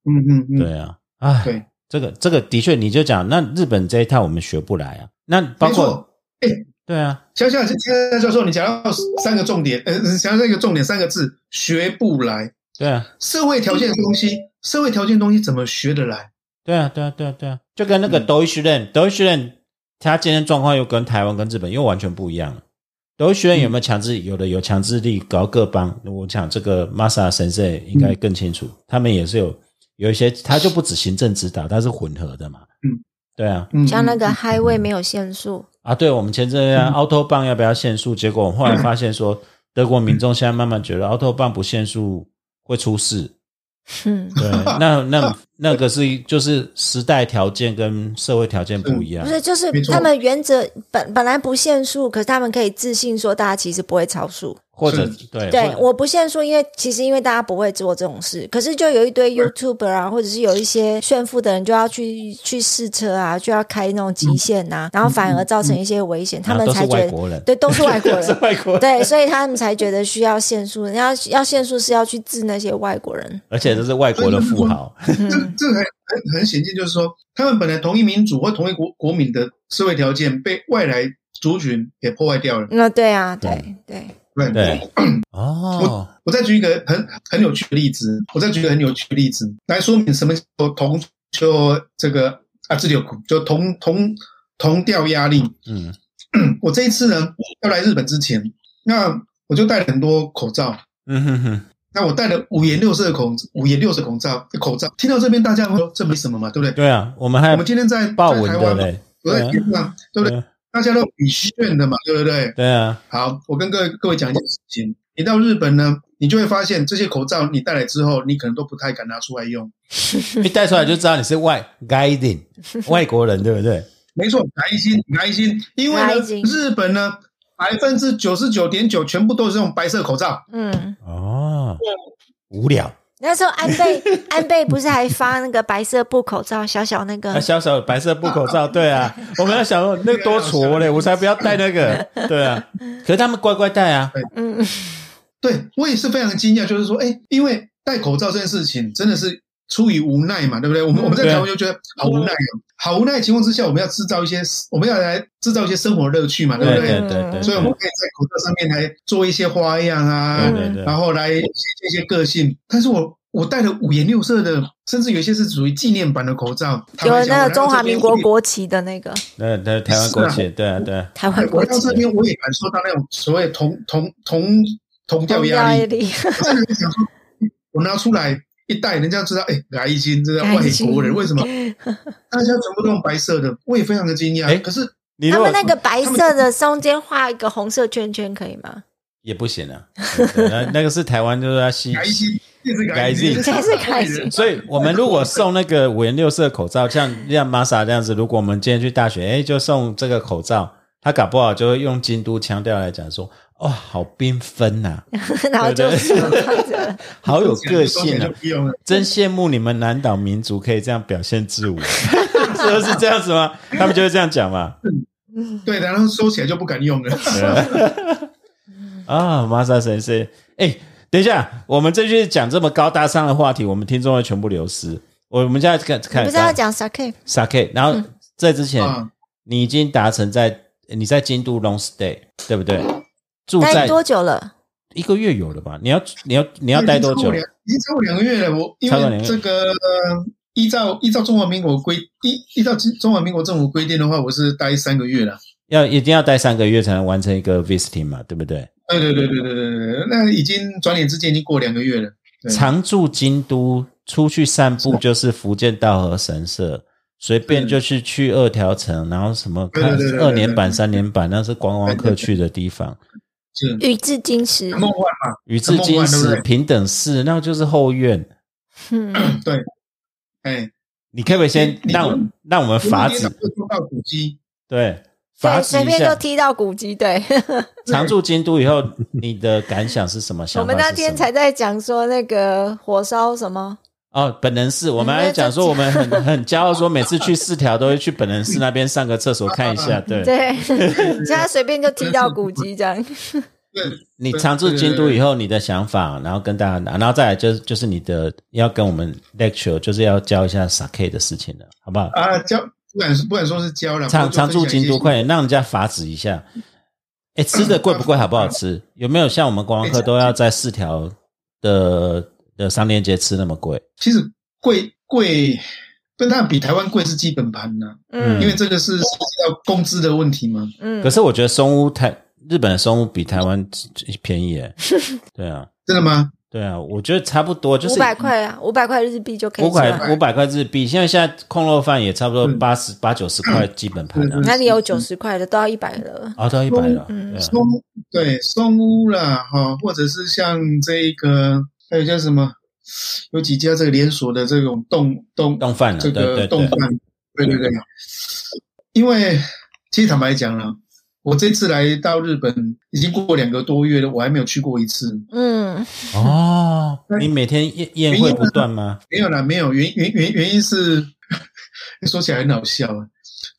嗯嗯嗯，对啊，哎，对，这个这个的确，你就讲那日本这一套我们学不来啊。那包没括错。哎对啊，小小现在教授，你讲到三个重点，呃，想到一个重点，三个字，学不来。对啊，社会条件的东西，社会条件的东西怎么学得来？对啊，对啊，对啊，对啊，就跟那个嗯 Deutsche l a n d d e u t s c h l a n d 他今天状况又跟台湾跟日本又完全不一样了。Deutsche 嗯 l a n d 有没有强制？有的有强制力，搞各邦。我想这个 Masa 神社应该更清嗯楚，他们也是有有一些，他就不止行政指导，他是混合的嘛。嗯，对啊，嗯，像那个嗯 highway 没有限速，啊，对，我们前阵子 Auto 棒要不要限速？结果我后来发现 说，德国民众现在慢慢觉得 Auto 棒不限速会出事。嗯，对，那那那个是就是时代条件跟社会条件不一样不。是，就是没错他们原则本本来不限速，可是他们可以自信说大家其实不会超速。或者是对对或，我不限速，因为其实因为大家不会做这种事，可是就有一堆 YouTuber 啊，或者是有一些炫富的人就要去去试车啊，就要开那种极限啊，然后反而造成一些危险，他然后们啊都才是觉外得国人，对，都是外国人，外国人，对，所以他们才觉得需要限速，要要限速是要去治那些外国人。而且都是外国的富豪。这这个很很很显见，就是说，他们本来同一民族或同一国国民的社会条件被外来族群给破坏掉了。那对啊，对对，对对，哦，我再举一个很很有趣的例子，我再举一个很有趣的例子来说明什么叫同就这个啊，这里有就同同同调压力。 嗯我这一次呢要来日本之前，那我就戴了很多口罩，嗯哼哼，那我戴了五颜六色的口五颜六色口罩口罩。听到这边大家会说这没什么嘛，对不对？对啊，我们还我们今天在豹在纹台的湾嘛，嘞，我在对天上，对不对？啊大家都很炫的嘛，对不对？对啊，好，我跟各位各位讲一件事情。你到日本呢，你就会发现这些口罩你带来之后，你可能都不太敢拿出来用。一带出来就知道你是外 guiding 外国人，对不对？没错，拿一心，拿一心，因为拿呢一斤，日本呢，百分之九十九点九全部都是用白色口罩。嗯，哦，无聊。那时候安倍安倍不是还发那个白色布口罩，小小那个啊，，小小的白色布口罩，对啊，我们要想说那多挫嘞，我才不要戴那个，对啊。可是他们乖乖戴啊，嗯，对我也是非常惊讶，就是说，哎，因为戴口罩这件事情真的是出于无奈嘛，对不对？我们我们在对啊台湾就觉得好无奈哦，好无奈的情况之下，我们要制造一些，我们要来制造一些生活乐趣嘛，对对不对对？对对对，所以我们可以在口罩上面来做一些花样啊，对对对，然后来写一些个性。但是我我戴了五颜六色的，甚至有一些是属于纪念版的口罩，有坦白讲那我个来到中华这边民国我也国旗的那个对对台湾国旗，对啊对啊，台湾国我到旗，这边我也感受到那种所谓同同同同调不压要力。力，我真的很想说，我拿出来一戴，人家知道，哎，来一斤，这个来外一斤国人为什么？大家全部都用白色的，我也非常的惊哎讶。可是你如他果们那个白色的中间画一个红色圈圈可以吗？也不行啊。对那那个是台湾，就是要吸改一些，这是改改一一些些，这是 改一些所以我们如果送那个五颜六色口罩，像像 Masa 这样子，如果我们今天去大学，哎，就送这个口罩，他搞不好就会用京都腔调来讲说，哇、好缤纷 呐、然后就对是这样子，好有个性了啊，，真羡慕你们南岛民族可以这样表现自我， 是不是这样子吗？他们就会这样讲嘛。对，然后收起来就不敢用了。 啊，玛莎神是，哎，等一下，我们这句讲这么高大上的话题，我们听众会全部流失。我们现在看你看，不是要讲 sake？ Sake，然后在之前、嗯你已经达成在你在京都 long stay，对不对？住待在多久了？一个月有了吧？你要你要你要待多已经久超过？两已经超过两个月了。我因超过两为个月这个呃依照依照中华民国规依依照中华民国政府规定的话，我是待三个月了。要一定要待三个月才能完成一个 visiting 嘛，对不对？对哎对对对对对对对，那已经转眼之间已经过两个月了。对常住京都，出去散步就是福建道和神社，随便就是去二条城，然后什么对对看对对对二年版、三年版，那是观光客去的地 方。是与至今时，梦幻嘛？宇治金很梦幻对石不对平等寺，那就是后院。嗯，对，哎，你可不可以 先你让你让我们法子子做到古迹，对，法对，子随一便就下。踢到古籍，对。常住京都以后，你的感想是什么？我想法们是那天什么才在讲说那个火烧什么，哦，本能寺，我们还讲说我们很很骄傲，说每次去四条都会去本能寺那边上个厕所看一 下。对，对， 现在随便就踢到古籍这样。对，你常住京都以后，你的想法，然后跟大家，然后再来就是就是你的要跟我们 lecture，就是要教一下 sake 的事情了，好不好？啊，教不敢说不敢说是教了，常常住京都，快快点让人家法子一下。哎，吃的贵不贵？好不好吃？有没有像我们观光客都要在四条的的商店街吃那么贵？其实贵贵，但它比台湾贵是基本盘呐，嗯因为这个是涉及到工资的问题嘛。嗯可，是我觉得松屋台日本的松屋比台湾便宜 耶。对啊，真的吗？对啊，我觉得差不多，就是五百块啊，五百块日币就可以五吃了。百五百块日币。现在现在空肉饭也差不多八十八九十块基本盘啊了嗯，那里有九十块的，都要一百了。熬哦到一百了。嗯对啊松对松屋啦，哈，或者是像这个还有叫什么，有几家这个连锁的这种冻冻冻饭了，这啊对个对冻对，饭，对对对。因为其实坦白讲了，我这次来到日本已经过两个多月了，我还没有去过一次。嗯，哦，对你每天宴宴会不断 吗？没有啦，没有原原原原因是 说起来很好笑啊，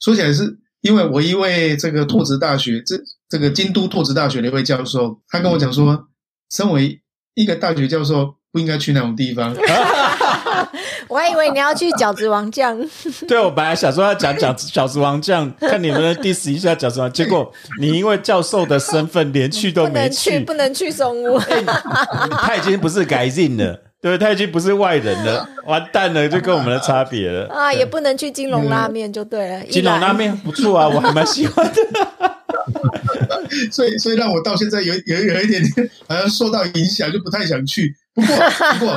说起来是因为我一位这个拓殖大学这这个京都拓殖大学的一位教授，他跟我讲说，身为一个大学教授不应该去那种地方， 我还以为你要去饺子 王酱，对，我本来想说要讲讲 饺子王酱，看你们能 diss 一下饺子王，结果你因为教授的身份连去都不没能去，不能去 松屋。他已经不是改进了，对，他已经不是外人了，完蛋了，就跟我们的差别 了。啊，也不能去金龙拉面就对了。嗯金龙拉面不错啊，我还蛮喜欢的。所以所以让我到现在有有有一点点好像受到影响，就不太想去。不过不过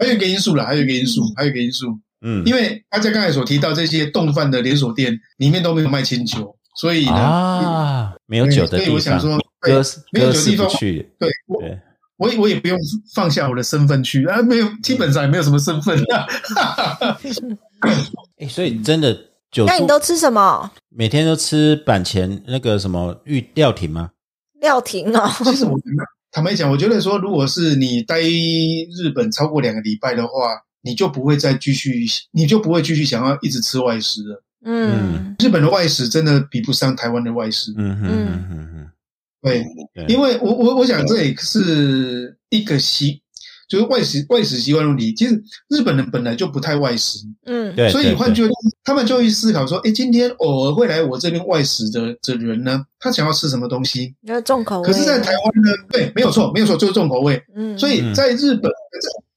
还有一个因素啦，还有一个因素，还有一个因素，嗯 因为大家刚才所提到这些冻饭的连锁店里面都没有卖清酒，所以呢，啊，没有酒的对所以地我想说方，，对歌是没有歌酒的是地不方去。对我对，我也我也不用放下我的身份去啊，没有，基本上也没有什么身份、啊哎，所以真的酒那你住都吃什么？每天都吃板前那个什么玉料亭吗？料亭哦， 其实我坦白讲，我觉得说，如果是你待日本超过两个礼拜的话，你就不会再继续，你就不会继续想要一直吃外食了。嗯日本的外食真的比不上台湾的外食，嗯哼嗯嗯哼哼对，嗯对，因为我我我想这也是一个习，就是外食外食习惯问题。其实日本人本来就不太外食，嗯，对，所以对换句话说，他们就会思考说：，哎，今天偶尔会来我这边外食的的人呢，他想要吃什么东西？就是重口味。可是，在台湾呢，对，没有错，没有错，就是重口味。嗯，所以在日本，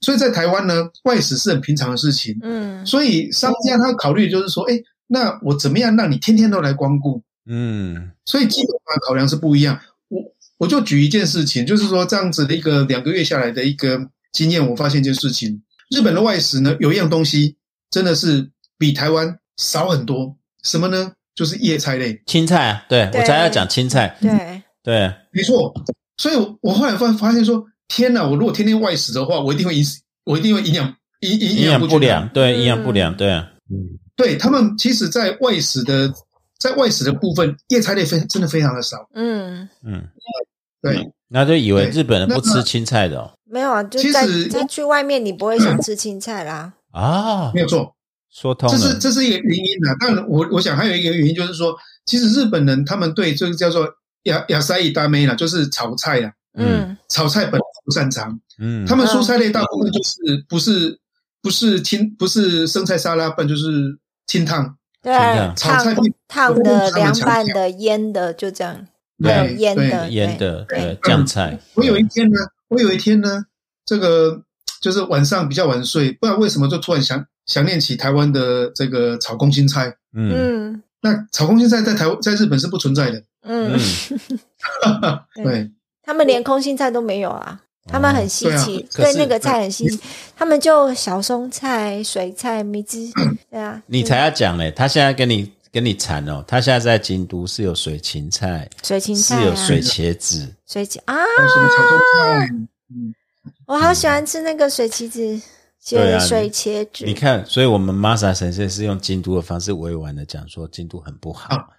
所以在台湾呢，外食是很平常的事情。嗯所以商家他考虑就是说，哎，那我怎么样让你天天都来光顾？嗯所以基本上考量是不一样。我我就举一件事情，就是说这样子的一个两个月下来的一个经验，我发现一件事情：日本的外食呢，有一样东西真的是比台湾少很多。什么呢？就是叶菜类。青菜啊，对对我才要讲青菜。对，对，没错。所以我，我后来发发现说，天哪！我如果天天外食的话，我一定会营，我一定会营养营营营养不不均衡良，对，嗯营养不良，对啊， 嗯，对他们，其实，在外食的在外食的部分，叶菜类非真的非常的少。嗯，嗯，对，那就以为对日本人不那吃青菜的哦没有啊，就其在实在去外面，你不会想吃青菜啦。啊没，有错，说通这是了，这是一个原因啊。当然我，我想还有一个原因就是说，其实日本人他们对这个叫做亚亚塞伊大妹啦，就是炒菜啦，嗯嗯炒菜本来不擅长，嗯，他们蔬菜类大部分就是不是不是青不是生菜沙拉，不然就是清汤。对真的啊，炒菜烫并烫不是的、他们凉强拌调的、腌的，就这样。对还有腌对的，腌对。的对酱菜，嗯我有一天呢，我有一天呢，这个就是晚上比较晚睡，不知道为什么就突然想想念起台湾的这个炒空心菜。嗯嗯那炒空心菜在台湾在日本是不存在的，嗯嗯，，对对，他们连空心菜都没有啊，他们很稀奇，哦对啊可对是那个菜很稀奇，他们就小松菜、水菜、迷之，对啊，你嗯才要讲嘞，他现在跟你跟你谈哦，他现在在京都是有水芹菜，水芹是菜啊有，水茄子，水芹啊，还有什么炒中菜？嗯我好喜欢吃那个水茄子，对啊茄水茄子你，看，所以我们 Masa 神社是用京都的方式委婉的讲说京都很不好，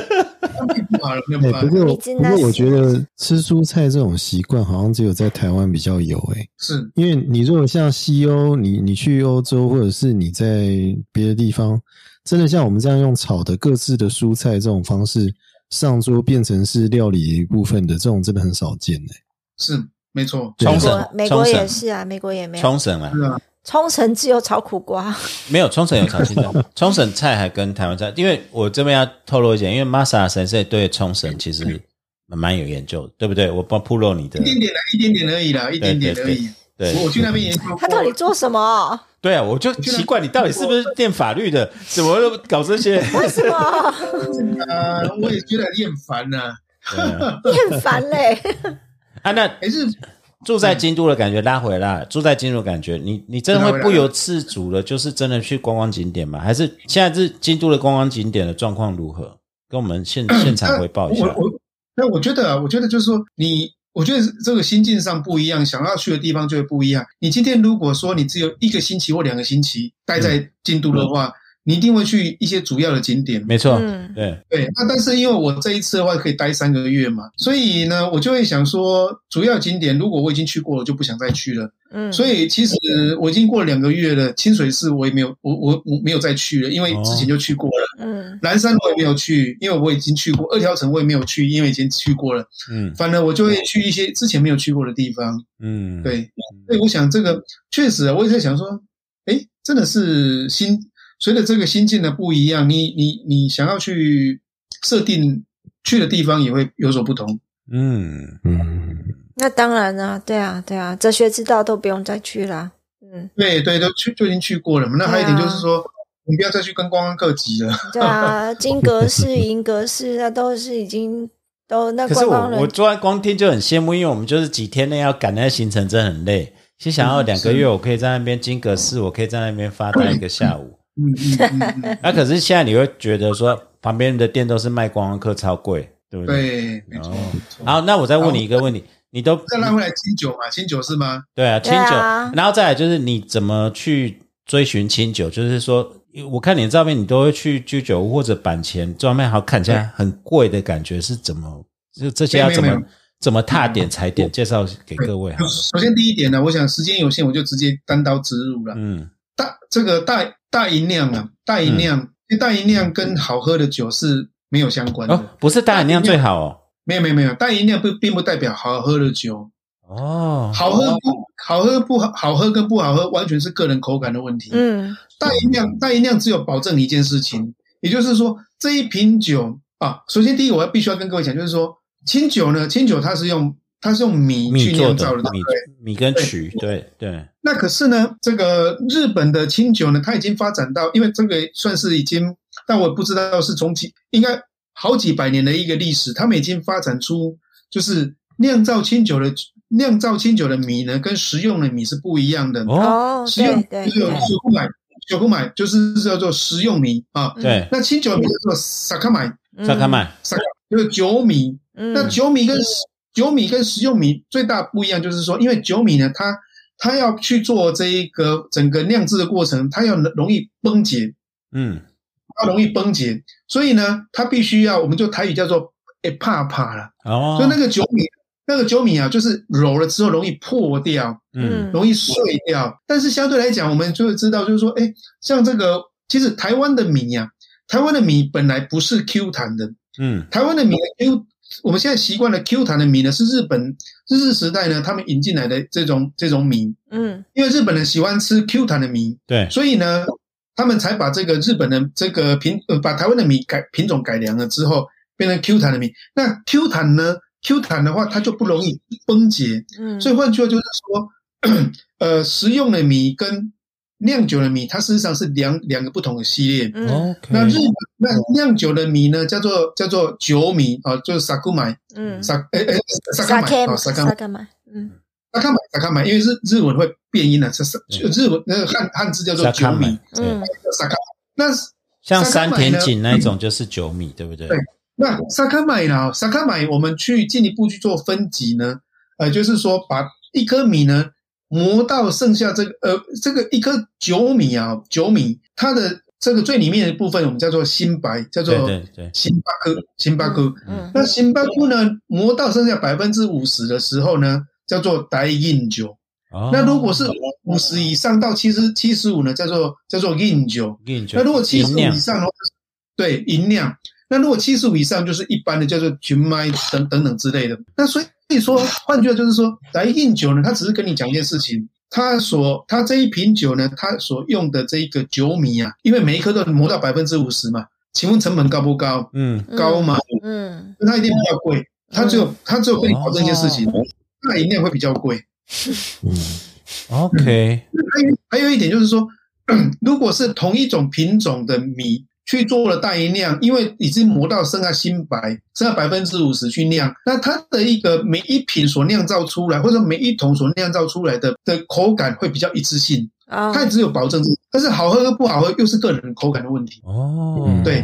不好了，啊没有哎、办不过法，你真不的过是我觉得吃蔬菜这种习惯好像只有在台湾比较有哎、是因为你如果像西欧，你你去欧洲或者是你在别的地方，真的像我们这样用炒的各自的蔬菜这种方式上桌变成是料理的一部分的，这种真的很少见哎、是没错，对冲美绳国，美冲国也绳，是啊，美国也没有，冲绳啊，是啊，冲绳只有炒苦瓜， 没有，冲绳有常青菜， 冲绳菜还跟台湾菜，因为我这边要透露一点，因为 Masa 神社对冲绳其实蛮有研究的，对不对？我帮铺露你的一，点点啦，一点点而已啦，一点点而已。对我我去那边研究过，他到底做什么？对啊，我就奇怪你到底是不是念法律的，怎么都搞这些？什么啊？我也觉得很厌烦呐。对啊厌烦嘞？ 啊，那还是住在嗯京都的感觉拉回来，住在京都的感觉，你你真的会不由自主的，就是真的去观光景点吗？还是现在是京都的观光景点的状况如何？跟我们现现场汇报一下嗯呃我。我那我觉得啊，我觉得就是说你。我觉得这个心境上不一样，想要去的地方就会不一样。你今天如果说你只有一个星期或两个星期待嗯在京都的话，你一定会去一些主要的景点。没错，嗯对，对，那但是因为我这一次的话可以待三个月嘛，所以呢，我就会想说，主要景点如果我已经去过了，就不想再去了。嗯，所以其实我已经过了两个月了，清水寺我也没有，我我我没有再去了，因哦为之前就去过了。嗯蓝山我也没有去，因为我已经去过；二条城我也没有去，因为已经去过了。嗯反正我就会去一些之前没有去过的地方。嗯，对，所以我想这个确实啊，我也在想说，哎，真的是心随着这个心境的不一样，你你你想要去设定去的地方也会有所不同。嗯，嗯，那当然啊，对啊，对啊，哲学之道都不用再去啦。嗯，对对，都去就已经去过了嘛。那还有一点就是说，你不要再去跟观光客挤了。对啊，金阁寺、银阁寺，那都是已经都那可是观我光我人，坐在光听就很羡慕，因为我们就是几天内要赶那些行程，真的很累。其实想要两个月，我可以在那边金阁寺，我可以在那边发呆一个下 午。嗯嗯嗯嗯，那、可是现在你会觉得说，旁边的店都是卖观光客，超贵，对不对？哦对，没错。没错好，那我再问你一个问题，你都再拉回来清酒 嘛，清酒是吗？对啊，清对酒，啊然后再来就是你怎么去追寻清酒，就是说。我看你的照片，你都会去居酒屋或者板前，专卖好看起来很贵的感觉是怎么？就这些要没有怎没有么怎么踏点踩点？介绍给各位好啊了。首先第一点呢，我想时间有限，我就直接单刀直入了。嗯大这个大大银量啊，大银量，因为大银量跟好喝的酒是没有相关的。哦，不是大饮量最好哦。没有没有没有，大银量不并不代表好喝的酒，哦，好喝不好喝不好好喝跟不好喝完全是个人口感的问题。嗯大银量大银量只有保证一件事情，也就是说这一瓶酒啊，首先第一个我要必须要跟各位讲，就是说清酒呢，清酒它是用它是用米米去做酿造的的，对米不对？米跟曲，对对，那可是呢，这个日本的清酒呢，它已经发展到，因为这个算是已经，但我也不知道是从几，应该好几百年的一个历史，他们已经发展出，就是酿造清酒的酿造清酒的米呢，跟食用的米是不一样的。哦哦，食对用对就是有对，酒库买，酒库买就是叫做食用米啊。对，那清酒米叫做 sakamai，嗯再看，麦，就是酒米。那嗯九米跟九米跟十六米最大不一样，就是说，因为九米呢，它它要去做这一个整个酿制的过程，它要容易崩解，嗯，它容易崩解，所以呢，它必须要，我们就台语叫做“诶怕怕”啦，哦，所以那个九米。那个九米啊，就是揉了之后容易破掉，嗯容易碎掉。但是相对来讲，我们就会知道，就是说，哎，像这个，其实台湾的米呀、台湾的米本来不是 Q 弹的，嗯台湾的米呢 Q，我们现在习惯了 Q 弹的米呢，是日本日治时代呢他们引进来的这种这种米，嗯因为日本人喜欢吃 Q 弹的米，对，所以呢，他们才把这个日本的这个品呃把台湾的米改品种改良了之后，变成 Q 弹的米。那 Q 弹呢？Q 弹的话，它就不容易崩解，嗯，所以换句话就是说， 呃，食用的米跟酿酒的米，它事实上是两两个不同的系列。嗯哦 OK，那日本那酿酒的米呢，叫做叫做酒米啊，就是萨库麦嗯，萨诶诶哦萨萨卡麦克啊，萨卡麦萨克麦，嗯萨卡麦萨卡麦，因为日日文会变音的，这是对日文那个汉汉字叫做萨酒卡米米，，对嗯，萨卡。那像山田锦那一种就是九米，对不对？对那萨卡麦呢？萨卡麦，我们去进一步去做分级呢，呃，就是说把一颗米呢磨到剩下这个呃这个一颗九米啊九米，它的这个最里面的部分我们叫做新白，叫做对对对，辛巴克辛巴克。嗯那辛巴克呢磨到剩下百分之五十的时候呢，叫做白印酒。哦那如果是五十以上到七十七十五呢，叫做叫做印酒。印酒那如果七十银五酿以上的话，对银量。那如果七十五以上，就是一般的叫做群麦等等等之类的。那所以说，换句话就是说，来印酒呢，它只是跟你讲一件事情，它所它这一瓶酒呢，它所用的这一个酒米啊，因为每一颗都磨到百分之五十嘛，请问成本高不高？嗯高吗？嗯那它一定比较贵，它只有它只有跟你保证一件事情，那银量会比较贵。嗯， ，OK，还有还有一点就是说， 如果是同一种品种的米去做了大吟酿，因为已经磨到剩下新白，剩下百分之五十去酿，那它的一个每一瓶所酿造出来，或者每一桶所酿造出来的的口感会比较一致性，啊它也只有保证，但是好喝跟不好喝又是个人口感的问题。哦，嗯对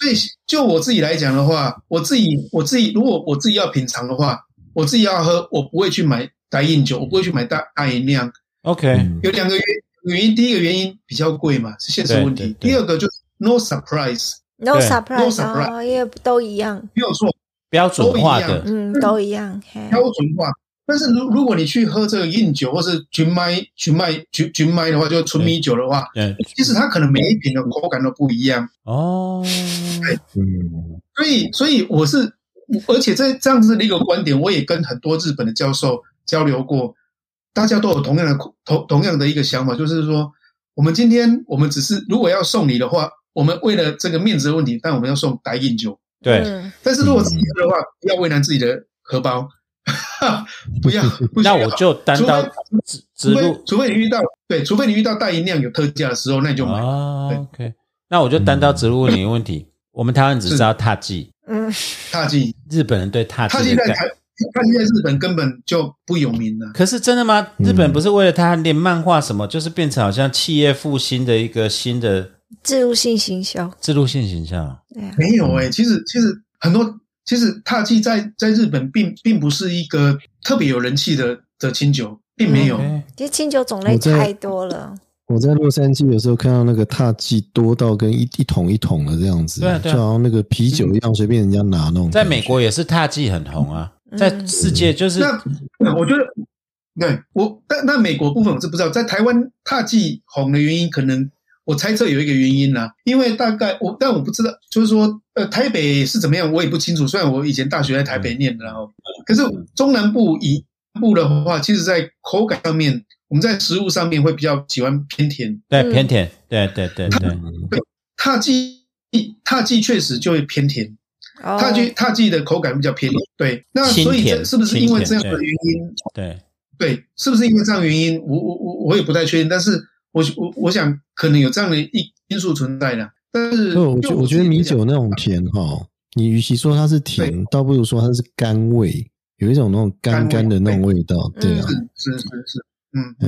所以就我自己来讲的话，我自己我自己如果我自己要品尝的话，我自己要喝，我不会去买大饮酒，我不会去买大大吟酿。嗯，OK，有两个原原因，第一个原因比较贵嘛，是现实问对题对；对第二个就是 no surprise， ，no 对 no surprise， surprise 哦，因为都一样，没有错，标准化都一的，嗯，都一样，嘿标准化。但是如如果你去喝这个硬酒或是群麦群麦群群麦的话，就是纯米酒的话，对，其实它可能每一瓶的口感都不一样。哦，嗯，所以，所以我是，而且在这样子的一个观点，我也跟很多日本的教授交流过，大家都有同样的同同样的一个想法，就是说，我们今天我们只是如果要送礼的话，我们为了这个面子的问题，但我们要送白饮酒。对，嗯但是如果自己喝的话，不要为难自己的荷包， 不要。不需那要我就单除刀非直直除非入除非你遇到对，除非你遇到大吟酿有特价的时候，那你就买。啊对嗯，OK，那我就单刀直入问你一个问题，我们台湾只知道踏迹，嗯踏进，日本啊人对踏踏迹进的在概台，踏进在日本根本就不有名啊了。可是真的吗？嗯日本不是为了他连漫画什么，就是变成好像企业复兴的一个新的自入性行销，制度性形象。对啊，没有哎、嗯其实其实很多，其实踏迹在在日本并并不是一个特别有人气的的清酒，并没有。哦 OK，其实清酒种类我在太多了，我在洛杉矶有时候看到那个踏迹多到跟一一桶一桶的这样子，对啊对啊嗯就好像那个啤酒一样，随便人家拿那种。在美，国也是踏迹很红啊，嗯在世界就是那我觉得，对我但那美国部分我是不知道，在台湾踏迹红的原因，可能我猜测有一个原因啦、因为大概我但我不知道，就是说呃台北是怎么样，我也不清楚。虽然我以前大学在台嗯北念的啦，然后可是中南部以南部的话，其实在口感上面，我们在食物上面会比较喜欢偏甜。对嗯偏甜，对对对对，嗯踏迹踏迹确实就会偏甜，哦踏迹踏迹的口感比较偏甜。对，那清所以甜这是不是因为这样的清甜原因？对，对，是不是因为这样的原因？我我我我也不太确定，但是我我我想可能有这样的一因素存在的。但是对，我就觉我自觉己得米来讲酒那种甜哈，你与其说它是甜，倒不如说它是甘味，有一种那种干甘干味的那种味道。对对啊，是是是，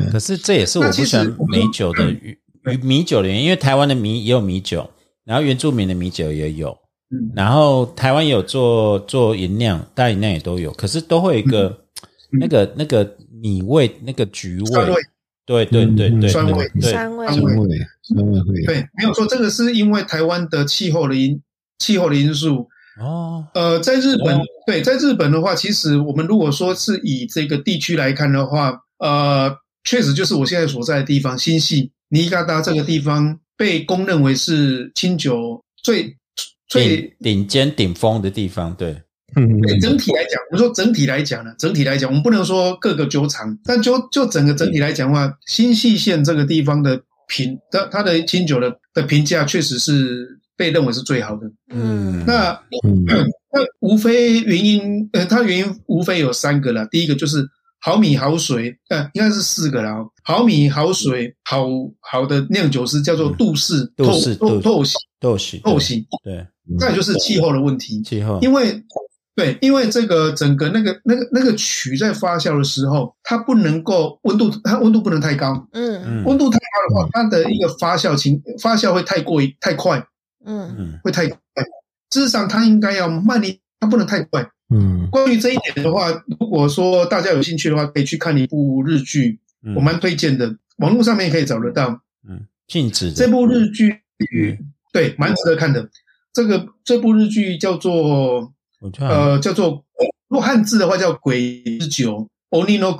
嗯，可是这也是我不喜欢美酒的与与米酒的原因，因为台湾的米也有米酒，然后原住民的米酒也有，嗯然后台湾也有做做银酿，大银酿也都有，可是都会有一个、嗯那个那个米味，那个橘味，酸味对对对嗯对，酸对味对三位嗯三位因为因为会有对，没有错，这个是因为台湾的气候的因气候的因素。哦，呃，在日本，哦对，在日本的话，其实我们如果说是以这个地区来看的话，呃，确实就是我现在所在的地方新系尼加达这个地方被公认为是清酒最最顶顶尖顶峰的地方，对，嗯对，哎整体来讲，我们说整体来讲呢，整体来讲，我们不能说各个酒厂，但就就整个整体来讲的话，新细县这个地方的评，它它的清酒的的评价确实是被认为是最好的。嗯那嗯那无非原因，呃，它原因无非有三个啦。第一个就是好米好水，呃，应该是四个啦哦。好米好水，好好的酿酒师叫做杜氏，嗯杜透氏透杜透析豆喜透析。对再就是气候的问题，气候，因为对，因为这个整个那个那个那个曲在发酵的时候，它不能够温度，它温度不能太高，嗯嗯温度太高的话，它的一个发酵情发酵会太过于太快，嗯嗯会太快。事实上，它应该要慢一，它不能太快。嗯关于这一点的话，如果说大家有兴趣的话，可以去看一部日剧，嗯，我蛮推荐的，网络上面也可以找得到嗯禁止的这部日剧，嗯对，蛮值得看的。这个这部日剧叫做我就好像呃，叫做如果汉字的话叫《鬼之酒》（Onino）。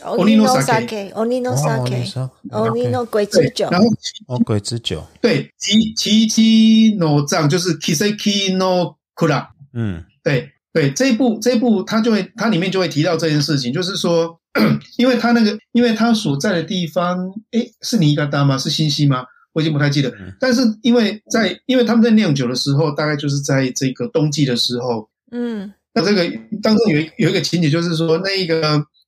Oninosake Oninozake，Oninozake，哦 Onino 鬼之对，酒然，后哦鬼之酒，对奇奇奇 no 藏就是 Kiseki no kura。嗯对对，这一部这一部它就会它里面就会提到这件事情，就是说， 因为它那个因为它所在的地方，诶，是尼加达吗？是新西吗？我已经不太记得嗯，但是因为在因为他们在酿酒的时候，大概就是在这个冬季的时候，嗯那这个当中有一有一个情节，就是说那一个，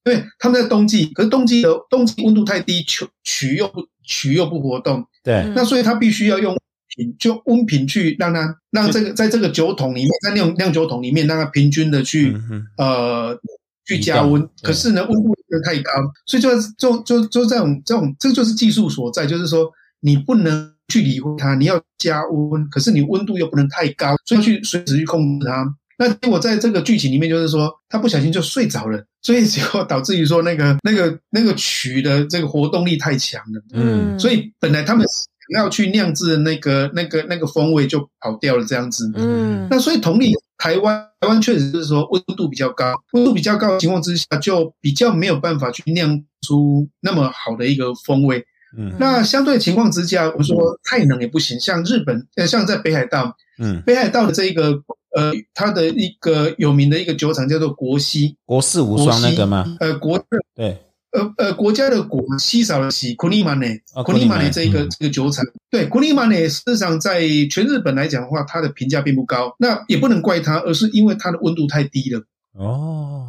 因为他们在冬季，可是冬季的冬季温度太低，曲曲又不曲又不活动，对嗯那所以它必须要用品，就温瓶去让它让这个在这个酒桶里面，在酿酿酒桶里面，让它平均的去、嗯哼呃去移加动温，对可是呢温度又太高，所以就是就就就这种这种，这就是技术所在，就是说你不能去理会它，你要加温，可是你温度又不能太高，所以要去随时去控制它。那结果在这个剧情里面，就是说他不小心就睡着了，所以结果导致于说那个 那个那个曲的这个活动力太强了，嗯嗯，所以本来他们想要去酿制的那个那个那个风味就跑掉了，这样子。嗯那所以同理，台湾台湾确实是说温度比较高，温度比较高的情况之下，就比较没有办法去酿出那么好的一个风味。嗯那相对情况之下，我说太冷也不行，像日本，呃，像在北海道，嗯北海道的这一个呃，它的一个有名的一个酒厂叫做国西，国士无国双那西个吗？呃，国对呃呃，国家的国稀少的稀，库尼马内啊，库尼马内 Kunimane，这一个、嗯这个酒厂，对库尼马内，事实上在全日本来讲的话，它的评价并不高。那也不能怪它，而是因为它的温度太低了。哦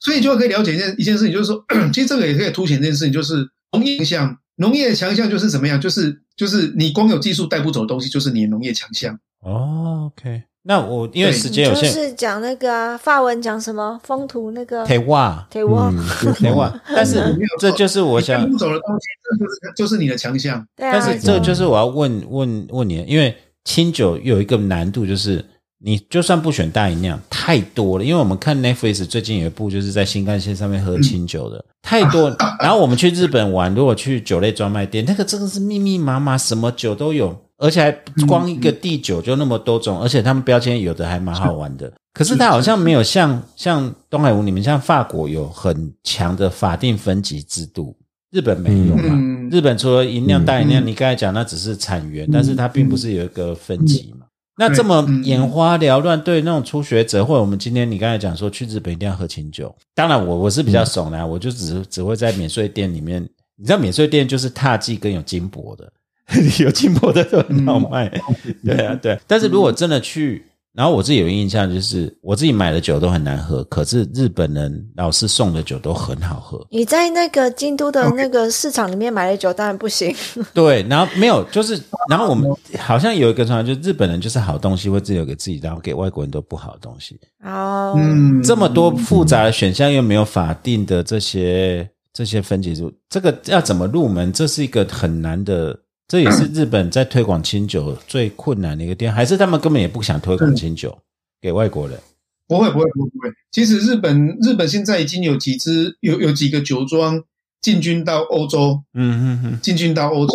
所以就可以了解一件一件事情，就是说， 其实这个也可以凸显一件事情，就是农业强项。农业强项就是怎么样？就是就是你光有技术带不走的东西，就是你的农业强项。哦 OK，那我因为对时你间有就限，是讲那个啊，法文讲什么风土那个台湾铁窝，嗯 台湾，嗯但是没有这就是我你带想不走的东西，这就是就是你的强项。对啊，但是这就是我要问问问你，因为清酒有一个难度，就是你就算不选大饮量，太多了。因为我们看 Netflix 最近有一部就是在新干线上面喝清酒 的，太多了。然后我们去日本玩，如果去酒类专卖店，那个真的是密密麻麻，什么酒都有，而且还光一个地酒就那么多种，而且他们标签有的还蛮好玩的。可是它好像没有像像东海湖里面，像法国有很强的法定分级制度，日本没有嘛？嗯，啊日本除了银量、嗯大银量，嗯你刚才讲那只是产源，嗯但是它并不是有一个分级嘛。那这么眼花缭乱，对那种初学者，或者我们今天你刚才讲说去日本一定要喝清酒，当然我我是嗯比较怂啦，我就只只会在免税店里面，你知道免税店就是踏迹跟有金箔的， 有金箔的都很好嗯卖，哦对啊对。但是如果真的去，然后我自己有印象就是我自己买的酒都很难喝，可是日本人老师送的酒都很好喝，你在那个京都的那个市场里面买的酒，当然不行。 对，然后没有，就是然后我们好像有一个传统，就是日本人就是好东西会自己有给自己，然后给外国人都不好的东西。哦，嗯，这么多复杂的选项，又没有法定的这些这些分级制度，这个要怎么入门？这是一个很难的，这也是日本在推广清酒最困难的一个地方，还是他们根本也不想推广清酒给外国人？不会，不会，不会，不会。其实日本日本现在已经有几支有有几个酒庄进军到欧洲，嗯嗯嗯进军到欧洲。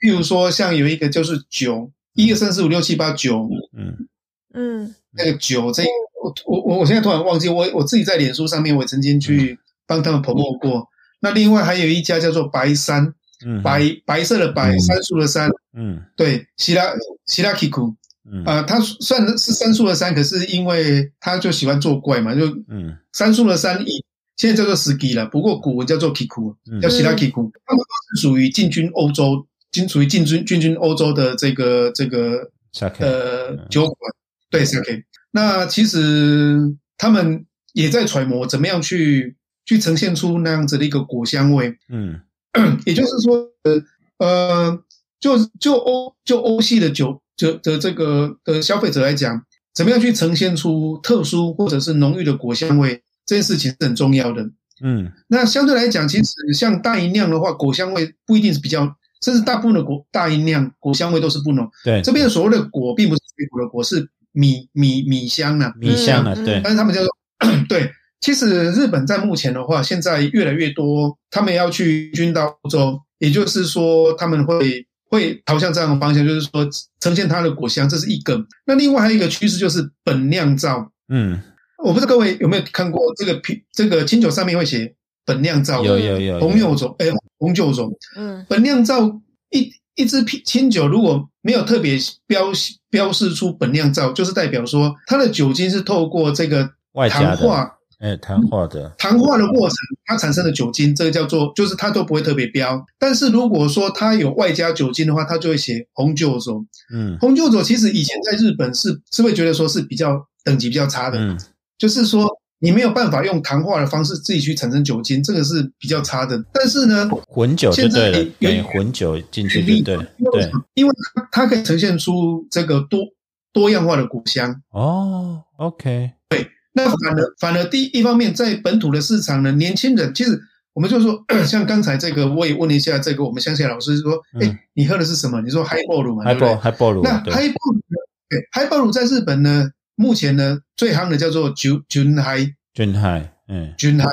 譬如说，像有一个就是酒，一二三四五六七八九，嗯，嗯那个酒这我我我我现在突然忘记，我我自己在脸书上面我曾经嗯去帮他们 promo 过。那另外还有一家叫做白山，嗯白白色的白，嗯杉树的杉，嗯对，希拉希拉基库，嗯啊，他算是杉树的杉，可是因为他就喜欢作怪嘛，就嗯杉树的杉以现在叫做 ski 了，不过古文叫做 kiku，嗯叫希拉 kiku，他们都是属于进军欧洲，进属于进军进军欧洲的这个这个，sake，呃嗯酒馆，对 sake。那其实他们也在揣摩怎么样去去呈现出那样子的一个果香味，嗯也就是说，呃呃，就就欧就欧系的酒酒的这个的消费者来讲，怎么样去呈现出特殊或者是浓郁的果香味，这件事情是很重要的。嗯那相对来讲，其实像大吟酿的话，果香味不一定是比较，甚至大部分的果大吟酿果香味都是不浓。对，这边所谓的果，并不是水果的果，是米米米香啊，米香啊，嗯对，但是他们叫做 对。其实日本在目前的话，现在越来越多，他们要去军到欧洲，也就是说他们会会朝向这样的方向，就是说呈现它的果香，这是一个。那另外还有一个趋势就是本酿造，嗯，我不知道各位有没有看过这个啤这个清酒上面会写本酿造，有有有，红酒种，哎，红酒种，嗯本酿造一一支啤清酒如果没有特别标标示出本酿造，就是代表说它的酒精是透过这个外加的，糖化哎，糖化的，糖化的过程，它产生的酒精，这个叫做就是它都不会特别标。但是如果说它有外加酒精的话，它就会写红酒酒。嗯红酒酒其实以前在日本是是会觉得说是比较等级比较差的，嗯就是说你没有办法用糖化的方式自己去产生酒精，这个是比较差的。但是呢，混酒就对了现在，有给混酒进去举例就对了，因为对什，么因为它它可以呈现出这个多多样化的果香。哦，OK，那反而反而第一方面，在本土的市场呢，年轻人其实我们就说， 像刚才这个，我也问了一下这个我们乡下老师说，嗯哎、你喝的是什么？你说 highball 嘛，还对不爆对？还爆乳，那对， highball 呢对 highball 在日本呢，目前呢最夯的叫做酒酒 high 俊海，嗯，酒 high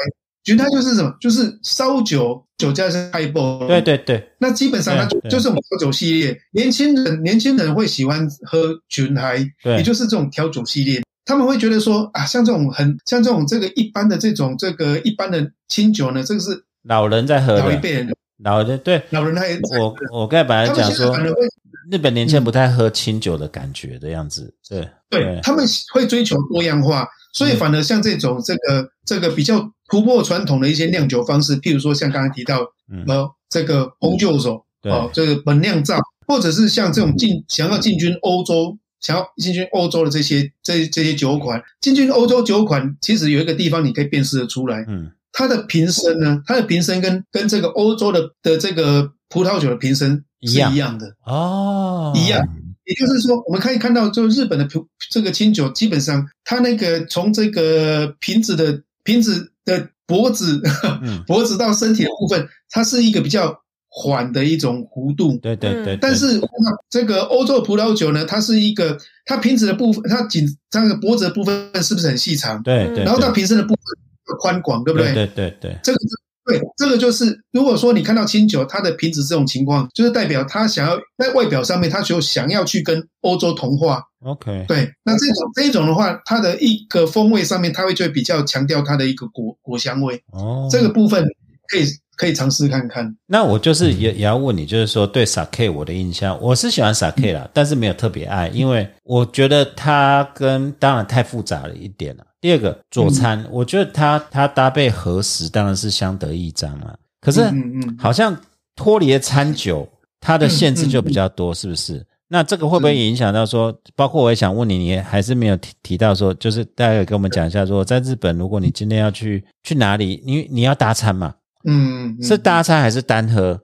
酒 high 就是什么？就是烧酒酒加上 highball，对对对，那基本上它就对对就是我们调酒系列，年轻人年轻人会喜欢喝群嗨，对也就是这种调酒系列，他们会觉得说啊，像这种很像这种这个一般的这种这个一般的清酒呢，这个是老人在喝老一辈的，人的老人对老人还我我刚才本来他们讲现在说反，而会嗯日本年轻人不太喝清酒的感觉的样子，对对他们会追求多样化，所以反而像这种这个这个比较突破传统的一些酿酒方式，譬如说像刚才提到嗯呃这个红酒手对哦，这个本酿造，或者是像这种进想要进军欧洲。想要进军欧洲的这些这这些酒款，进军欧洲酒款，其实有一个地方你可以辨识得出来，嗯它的瓶身呢，它的瓶身跟跟这个欧洲的的这个葡萄酒的瓶身一是样一样的，哦，一样，也就是说，我们可以看到，就日本的葡这个清酒，基本上它那个从这个瓶子的瓶子的脖子、嗯， 脖子到身体的部分，它是一个比较缓的一种弧度。对对对，对但是这个欧洲葡萄酒呢，它是一个它瓶子的部分，它颈它的脖子的部分是不是很细长？对对，对然后到瓶身的部分宽广，对不对对对对，这个就对，这个就是如果说你看到清酒它的瓶子这种情况，就是代表它想要在外表上面，它就想要去跟欧洲同化。 OK，对，那这种这种的话，它的一个风味上面，它会就会比较强调它的一个果果香味，哦，这个部分可以可以尝试看看。那我就是嗯也也要问你，就是说对 sake 我的印象，我是喜欢 sake 嗯啦，但是没有特别爱，因为我觉得它跟当然太复杂了一点了。第二个佐餐，嗯我觉得它它搭配和食当然是相得益彰啊，可是嗯嗯嗯好像脱离了餐酒，它的限制就比较多，是不嗯是？那这个会不会影响到说，包括我也想问你，你也还是没有提提到说，就是大概跟我们讲一下说，在日本，如果你今天要去去哪里，你你要搭餐嘛，嗯，嗯是搭餐还是单喝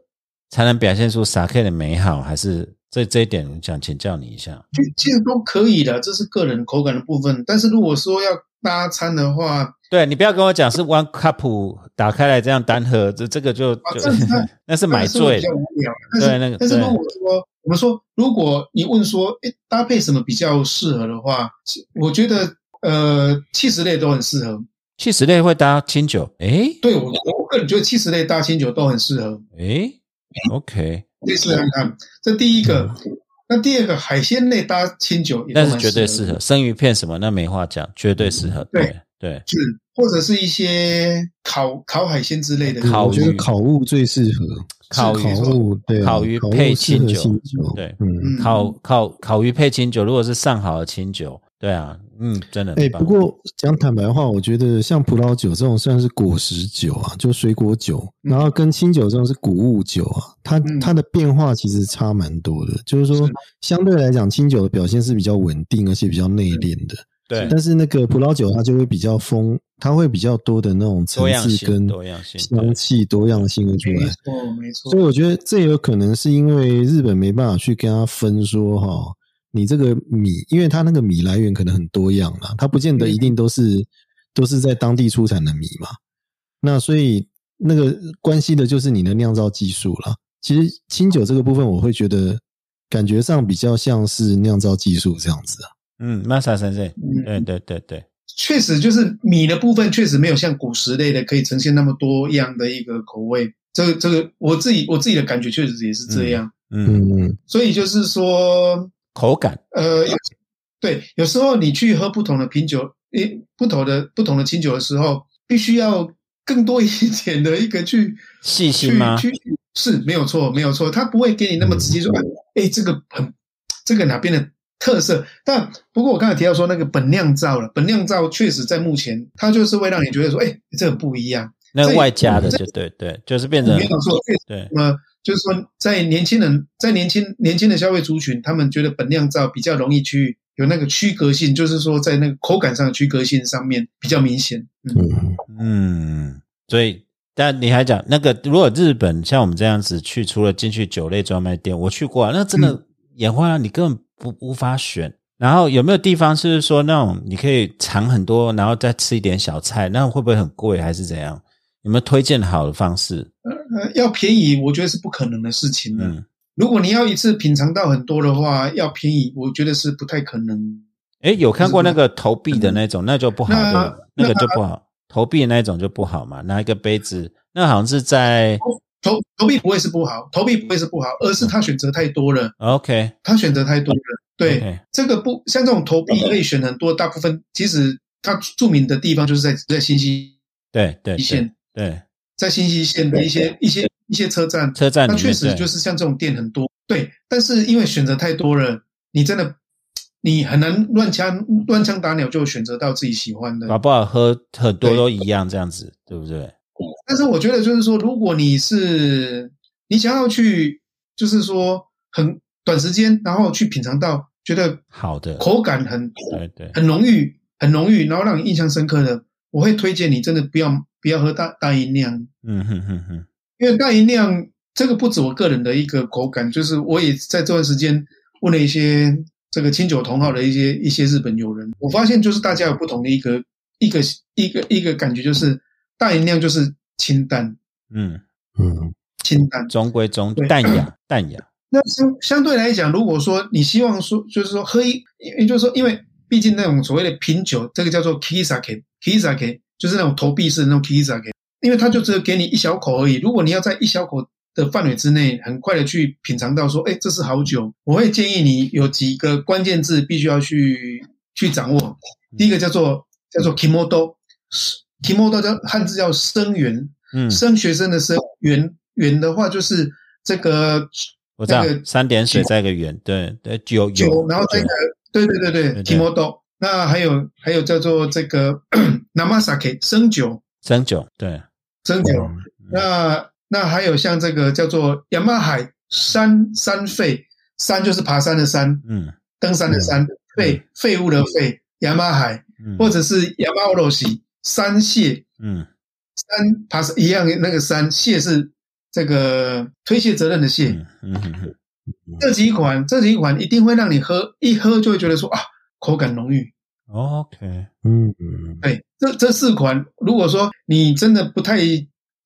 才能表现出 sake 的美好，还是这这一点，我想请教你一下。其其实都可以的，这是个人口感的部分。但是如果说要搭餐的话，对你不要跟我讲是 one cup 打开来这样单喝，这这个就就、啊这个 那是买当然醉是比较。无聊。但是对那个但是对如果说我们说，如果你问说，哎，搭配什么比较适合的话，其我觉得呃，气食类都很适合。气死类会搭清酒，诶对我我个人觉得气食类搭清酒都很适合。 诶 o k 可以试看看，这第一个。那第二个海鲜类搭清酒也都那蛮是绝对适适合的合。生鱼片什么那没话讲，绝对适合。嗯对对对，是，或者是一些烤烤海鲜之类的。烤我觉得鱼烤物最适合，烤没鱼错烤物对啊，烤鱼物配适合清酒清酒，对嗯。嗯烤烤烤鱼配清酒，如果是上好的清酒，对啊，嗯，真的哎、很棒。不过讲坦白话，我觉得像葡萄酒这种算是果实酒啊，就水果酒，嗯然后跟清酒这种是谷物酒啊，它、嗯它的变化其实差蛮多的。就是说，是相对来讲，清酒的表现是比较稳定，而且比较内敛的。嗯对，但是那个葡萄酒它就会比较丰，它会比较多的那种层多样次性，跟多样性，对香气多样性会出没来。错，没错所以。我觉得这有可能是因为日本没办法去跟他分说哈、你这个米，因为它那个米来源可能很多样啦，它不见嗯得一定都是、都是在当地出产的米嘛。那所以那个关系的就是你的酿造技术啦。其实清酒这个部分，我会觉得感觉上比较像是酿造技术这样子啊。嗯，Masa 先生，嗯对对对对，确实就是米的部分，确实没有像果实类的可以呈现那么多样的一个口味。这个这个，我自己我自己的感觉确实也是这样。嗯，嗯，所以就是说，口感，呃，有对，有时候你去喝不同的品酒，诶，不同的不同的清酒的时候，必须要更多一点的一个去细心去吗？去是没有错，没有错，他不会给你那么直接说，嗯哎、这个很这个哪边的特色。但不过我刚才提到说那个本酿造了，本酿造确实在目前，它就是会让你觉得说，哎、这很不一样。那这个外加的，这就对对，就是变成没有错，确实对，那就是说，在年轻人，在年轻年轻的消费族群，他们觉得本酿造比较容易去有那个区隔性，就是说在那个口感上的区隔性上面比较明显。嗯，嗯，嗯，所以。但你还讲那个，如果日本像我们这样子去，除了进去酒类专卖店，我去过、啊，那真嗯的眼花了，你根本不无法选。然后有没有地方是说那种你可以尝很多，然后再吃一点小菜，那会不会很贵还是怎样？有没有推荐好的方式？呃，要便宜，我觉得是不可能的事情了。嗯，如果你要一次品尝到很多的话，要便宜，我觉得是不太可能。诶，有看过那个投币的那种，那就不好，那对吧？那个就不好，投币的那种就不好嘛。拿一个杯子，那好像是在投投币不会是不好，投币不会是不好，而是他选择太多了， OK，他选择太多了。对 OK 这个不像这种投币可以选很多，大部分其实它著名的地方就是在在新西对对对线，对，在新西线的一些一些一些车站，车站里那面确实对就是像这种店很多。对，但是因为选择太多了，你真的你很难乱枪乱枪打鸟就选择到自己喜欢的。搞不好喝很多对都一样这样子，对不对？但是我觉得就是说，如果你是你想要去，就是说很短时间，然后去品尝到觉得好的，口感很对对，很浓郁、很浓郁，然后让你印象深刻的，我会推荐你真的不要不要喝大大吟酿，嗯哼哼哼，因为大吟酿这个不止我个人的一个口感，就是我也在这段时间问了一些这个清酒同好的一些一些日本友人，我发现就是大家有不同的一个一个一个一个感觉，就是大吟酿就是清淡。嗯，嗯，清淡，中规中对淡雅淡雅，那相相对来讲，如果说你希望说，就是说喝一，也就是说，因为毕竟那种所谓的品酒，这个叫做 kisake，kisake 就是那种投币式的那种 kisake，因为它就只有给你一小口而已。如果你要在一小口的范围之内，很快的去品尝到说，哎，这是好酒，我会建议你有几个关键字必须要去去掌握。第一个叫做叫做 kimodo，kimodo 叫汉字叫生源，嗯，生学生的生源源的话就是这个我知道那，个三点水再一个圆，对对，有酒有，，然后再一有个对对对对对对 t i m o d o 那还有还有叫做这个 namasake 生酒生酒，对，生酒，那那还有像这个叫做 yamahai 山山废山就是爬山的山，嗯登山的山，废废物的废 yamahai，嗯，或者是 yamaoroshi 山蟹嗯山爬山一样那个山蟹是这个推卸责任的蟹。嗯嗯嗯嗯这几款这几款一定会让你喝，一喝就会觉得说啊，口感浓郁。 OK，嗯嗯对，这这四款，如果说你真的不太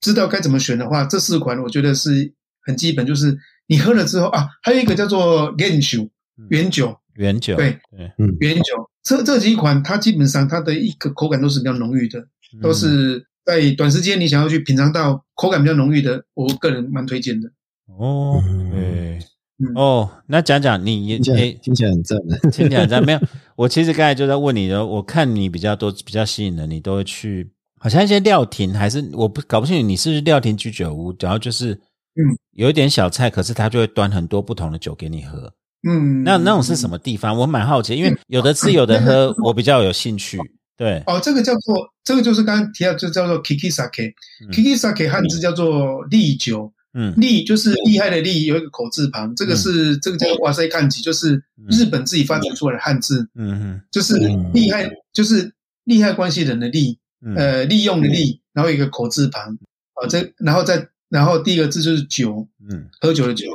知道该怎么选的话，这四款我觉得是很基本，就是你喝了之后啊，还有一个叫做 g a n 酒嗯原酒，原酒对对，嗯，原酒这这几款，它基本上它的一个口感都是比较浓郁的，都嗯是在短时间你想要去品尝到口感比较浓郁的，我个人蛮推荐的。哦对嗯哦，那讲讲你听起来你听起来很赞的，听起来在没有？ 我其实刚才就在问你的，我看你比较多、比较吸引人，你都会去，好像一些料亭还是我不搞不清楚，你是不是料亭居酒屋？然后就是，嗯，有一点小菜，可是他就会端很多不同的酒给你喝。嗯，那那种是什么么？地方？我蛮好奇，因嗯为有的吃有的 喝，我比较有兴趣。对，哦，这个叫做这个就是刚刚提到，就叫做 Kiki Sake。Kiki Sake 汉字叫做利酒，嗯利就是厉害的利，有一个口字旁，这个是、这个叫哇塞看吉，就是日本自己发展出来的汉字，嗯就是厉害，就是利害关系人的利，嗯嗯呃，利用的利，然后一个口字旁，啊、这然后再然后第一个字就是酒，嗯喝酒的酒。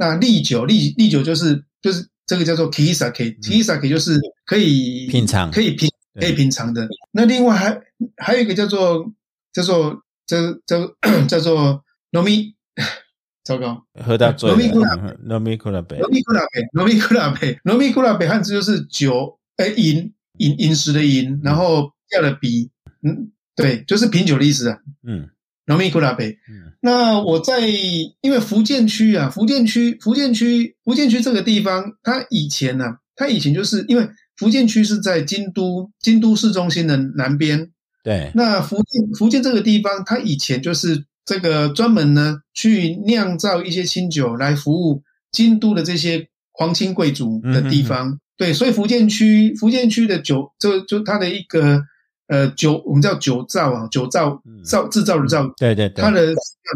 那利酒，利利酒就是就是这个叫做 Kiki Sake，Kiki Sake 就是可以嗯品尝可以品嗯可对以品尝的。那另外还还有一个叫做叫做叫叫叫 做农民， 糟糕，喝到醉飲み比了，嗯糯米可乐杯农民库拉贝，农民库拉 贝，农民库拉贝汉字就是酒，哎、饮饮饮食的嗯饮，然后掉了鼻，嗯，对，就是品酒的意思啊。嗯农民库拉贝，嗯那我在因为福建区啊，福建区，福建区，福建区这个地方，它以前呢、啊，它以前就是因为福建区是在京都，京都市中心的南边。对，那福建福建这个地方，它以前就是这个专门呢去酿造一些清酒来服务京都的这些皇亲贵族嗯的地方。对，所以福建区福建区的酒，就就它的一个呃酒，我们叫酒造啊，酒造嗯造制造的造，对对对它，的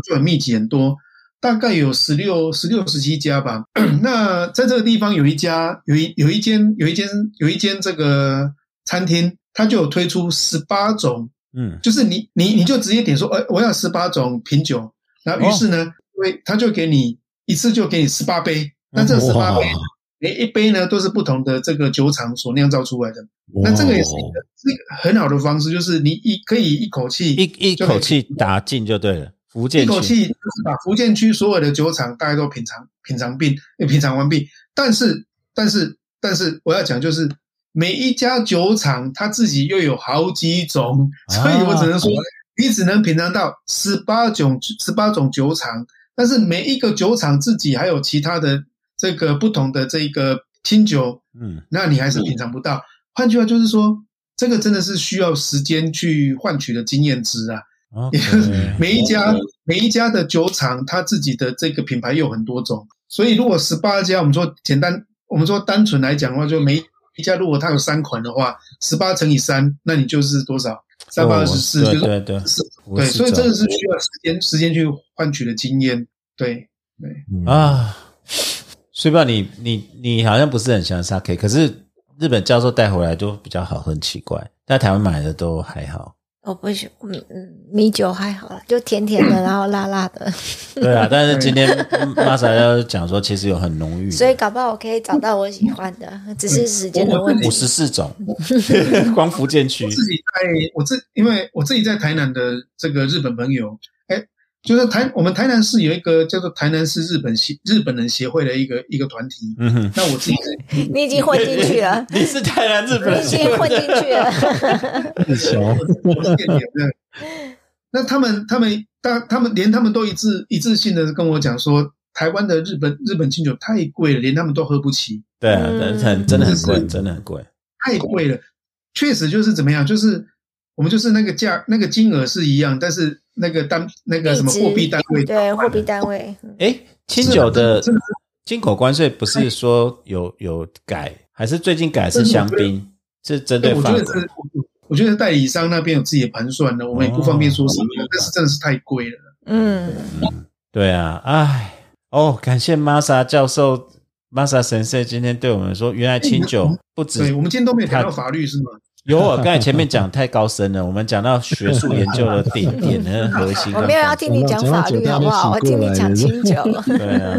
就很密集很多，大概有十六、十六、十七家吧。 那在这个地方有一家，有一有一间，有一间，有一间这个餐厅，它就有推出十八种，嗯就是你你你就直接点说，呃，我要十八种品酒，然后于是呢，会、他就给你一次就给你十八杯，那这十八哇杯。每一杯呢，都是不同的这个酒厂所酿造出来的。那这个也是一个是一个很好的方式，就是你一可以一口气一一就可以口气打尽就对了，福建一口区气就是把福建区所有的酒厂大概都品尝品尝并呃品尝完毕。但是，但是，但是，我要讲就是每一家酒厂它自己又有好几种，啊所以我只能说你只能品尝到十八种十八种酒厂，但是每一个酒厂自己还有其他的这个不同的这个清酒，嗯那你还是品尝不到。换句话就是说，这个真的是需要时间去换取的经验值啊。 ，OK，也嗯就是每一家每一家的酒厂，它自己的这个品牌有很多种，所以如果十八家，我们说简单，我们说单纯来讲的话，就每一家如果它有三款的话，十八乘以三，那你就是多少？ 三百二十四，哦就是对对对是五对，十所以种真的是需要时间时间去换取的经验。对，啊，啊，虽然你你你好像不是很喜欢 sake，可是日本教授带回来就比较好喝，很奇怪。在台湾买的都还 好，我不喜，嗯嗯，米酒还好啦，就甜甜 的，然后辣辣的，对啊。但是今天玛莎要讲说，其实有很浓郁的，所以搞不好我可以找到我喜欢的，只是时间的问五题。十四种， 光福建区 我自己在我自因为我自己在台南的这个日本朋友，哎，就是台我们台南市有一个叫做台南市日本协日本人协会的一个一个团体。嗯哼，，那我自己你已经混进去了你是台南日本你已经人，混进去了。自桥， 我是店员对那他们他们大他们连他们都一致一致性的跟我讲说，台湾的日本日本清酒太贵了，连他们都喝不起，对啊，嗯很真的很贵，是真的很贵，太贵了。确实就是怎么样，就是我们就是那个价那个金额是一样，但是那个单那个什么币值货币单位对，货币单位，哎，清酒的真的哎进口关税不是说有有改，还是最近改是香槟，是针对哎我法觉国得是我觉得代理商那边有自己的盘算的，我们也不方哦便说什么，但是真的是太贵了。嗯，对啊，唉，哦，感谢玛莎教授，玛莎神社今天对我们说，原来清酒不哎对，止我们今天都没有谈到法律是吗？有我刚才前面讲太高深了，我们讲到学术研究的顶 点和核心。我没有要听你讲法律好不好？我听你讲清酒。对 啊，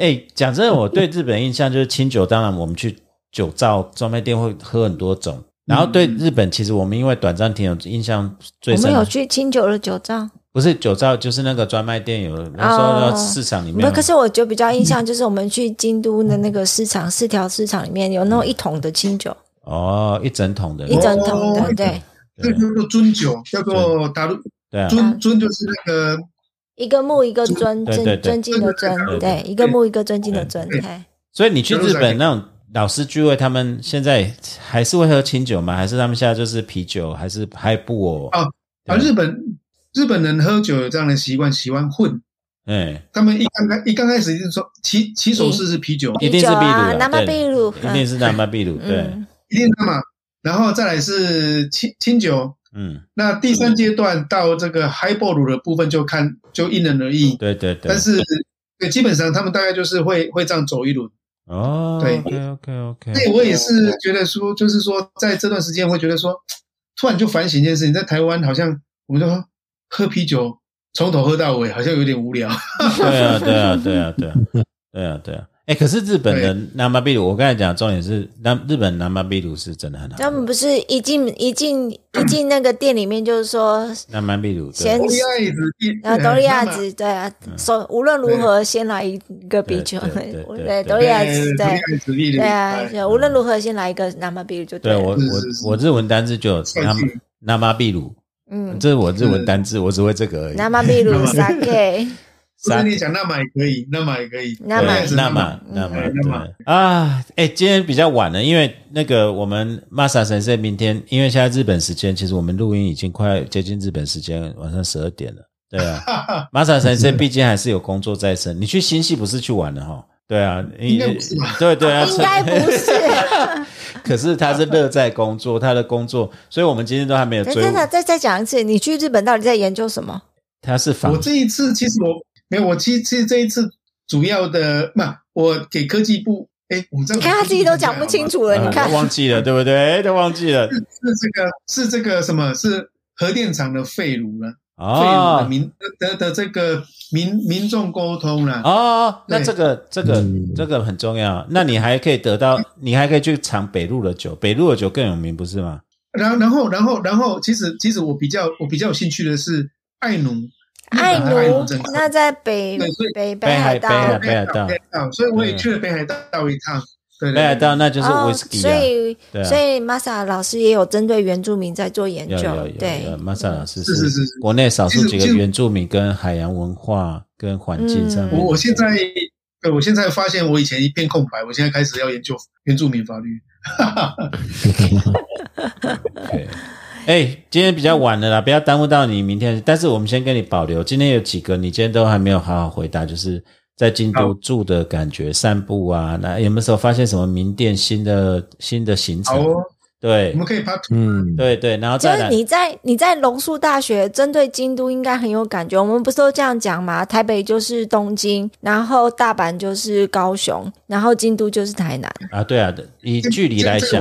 哎，讲真的，我对日本印象就是清酒。当然，我们去酒造专卖店会喝很多种。然后对日本，其实我们因为短暂停留，印象最我深们有的去清酒的酒藏，不是酒造，就是那个专卖店有那时候到市场里不，面，可哦是我就比较印象就是我们去京都的那个市场四条市场里面有那种一桶的清酒，哦，一整桶的，一整桶的，对，那个叫做尊酒，叫做达鲁对啊，尊尊就是那个一个木一个尊，对对尊对尊敬的对尊，对对，一个木一个尊敬的尊，对对。所以你去日本那种老师聚会，他们现在还是会喝清酒吗？还是他们现在就是啤酒，还是还不哦？啊啊，日本日本人喝酒有这样的习惯，喜欢混。哎，他们一刚开一刚开始就是说起起手式是啤酒，一定是秘鲁啦，啊南巴秘鲁对一定是南巴秘鲁，对，嗯，一定的嘛，然后再来是清清酒。嗯，那第三阶段到这个 highball 的部分就看就因人而异，对对对，但是对基本上他们大概就是会会这样走一轮。哦，对，OK OK OK，所以我也是觉得说，就是说在这段时间会觉得说，突然就反省一件事情，在台湾好像我们就说喝啤酒从头喝到尾，好像有点无聊。对啊，对啊，对啊，对啊，对啊，对啊。哎，可是日本的南马秘鲁，我刚才讲的重点是南日本南马秘鲁是真的很好喝，他们不是一进一进一进那个店里面就是说，南马秘鲁先对 多利亚子，然后嗯多利亚，那么子对啊，说无论如何先来一个啤酒，嗯对对对对 对多利亚子哎多利对亚子例对啊，哎就无论如何先来一个南巴比鲁就嗯对了我是我是是我日文单字就有南是南马秘鲁，嗯，这是我日文单字，我只会这个而已。南巴比 鲁 sake 不是你讲那么也可以，那么也可以，那对么也是那那么么那么嗯那么对啊，哎，今天比较晚了，因为那个我们 Masa 神社明天，因为现在日本时间，其实我们录音已经快接近日本时间晚上十二点了，对啊，Masa 神社毕竟还是有工作在身，你去新系不是去玩了哈？对啊，应该不是吧对对啊， 应该不是， 可是他是乐在工作，他的工作，所以我们今天都还没有对追真。的再再讲一次，你去日本到底在研究什么？他是我仿这一次其实我没有，我其其实这一次主要的，不，我给科技部，哎，我嗯们这你看他自己都讲不清楚了，啊你看忘记了，对不 对？都忘 记了是这个是这个什么是核电厂的废炉了，废炉的哦民的的这个民民众沟通了。哦，那对这个这个嗯这个很重要。那你还可以得到，你还可以去尝北路的酒，北路的酒更有名，不是吗？然后然后然后然后，其实其实我比较我比较有兴趣的是爱奴，爱日本的爱嗯奴奴政策那在北对所以北北海海北道。海北海道嗯北海道，所以我也去了北海道一趟。对对对北海道那就是哦， whisky 所啊，以、对啊所以 Masa 老师也有针对原住民在做研有究，有有对有，马萨老师是是是是国内少数几个其实原住民跟海洋文化跟环境上面的。我我现在，对我现在发现我以前一片空白，我现在开始要研究原住民法律。对，哎，今天比较晚了啦，不要耽误到你明天。但是我们先跟你保留，今天有几个你今天都还没有好好回答，就是在京都好住的感觉、散步啊，那有没有时候发现什么名店新的新的行好程？哦，对我们可以 part two 嗯，对对，然后就再是来，你在你在龙树大学针对京都应该很有感觉，我们不是都这样讲嘛？台北就是东京，然后大阪就是高雄，然后京都就是台南。啊，对啊，以这距离来这这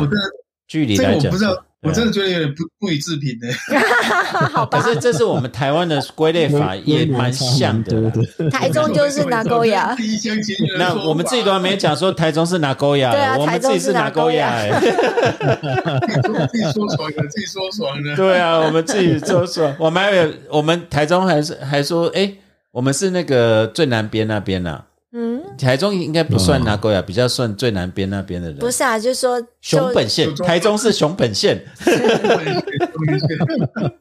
讲个我距离真，的这来个我讲不是，知道，我对真啊的觉得有点不不予置评欸的。，好吧可，是这是我们台湾的归类法也蛮像的啦。台中就是拿沟雅第一厢情愿的那说法我们自己都还没讲说台中是哪沟雅，对啊我们台自中己是是哪哪沟沟雅、欸。雅自己说爽的，自己说爽 的。对啊，我们自己就 说，我们还有我们台中还是还说，哎，我们是那个最南边那边呐、嗯，台中应该不算拿沟呀，比较算最南边那边的人。不是啊，就是说熊就本县，台中是熊本县。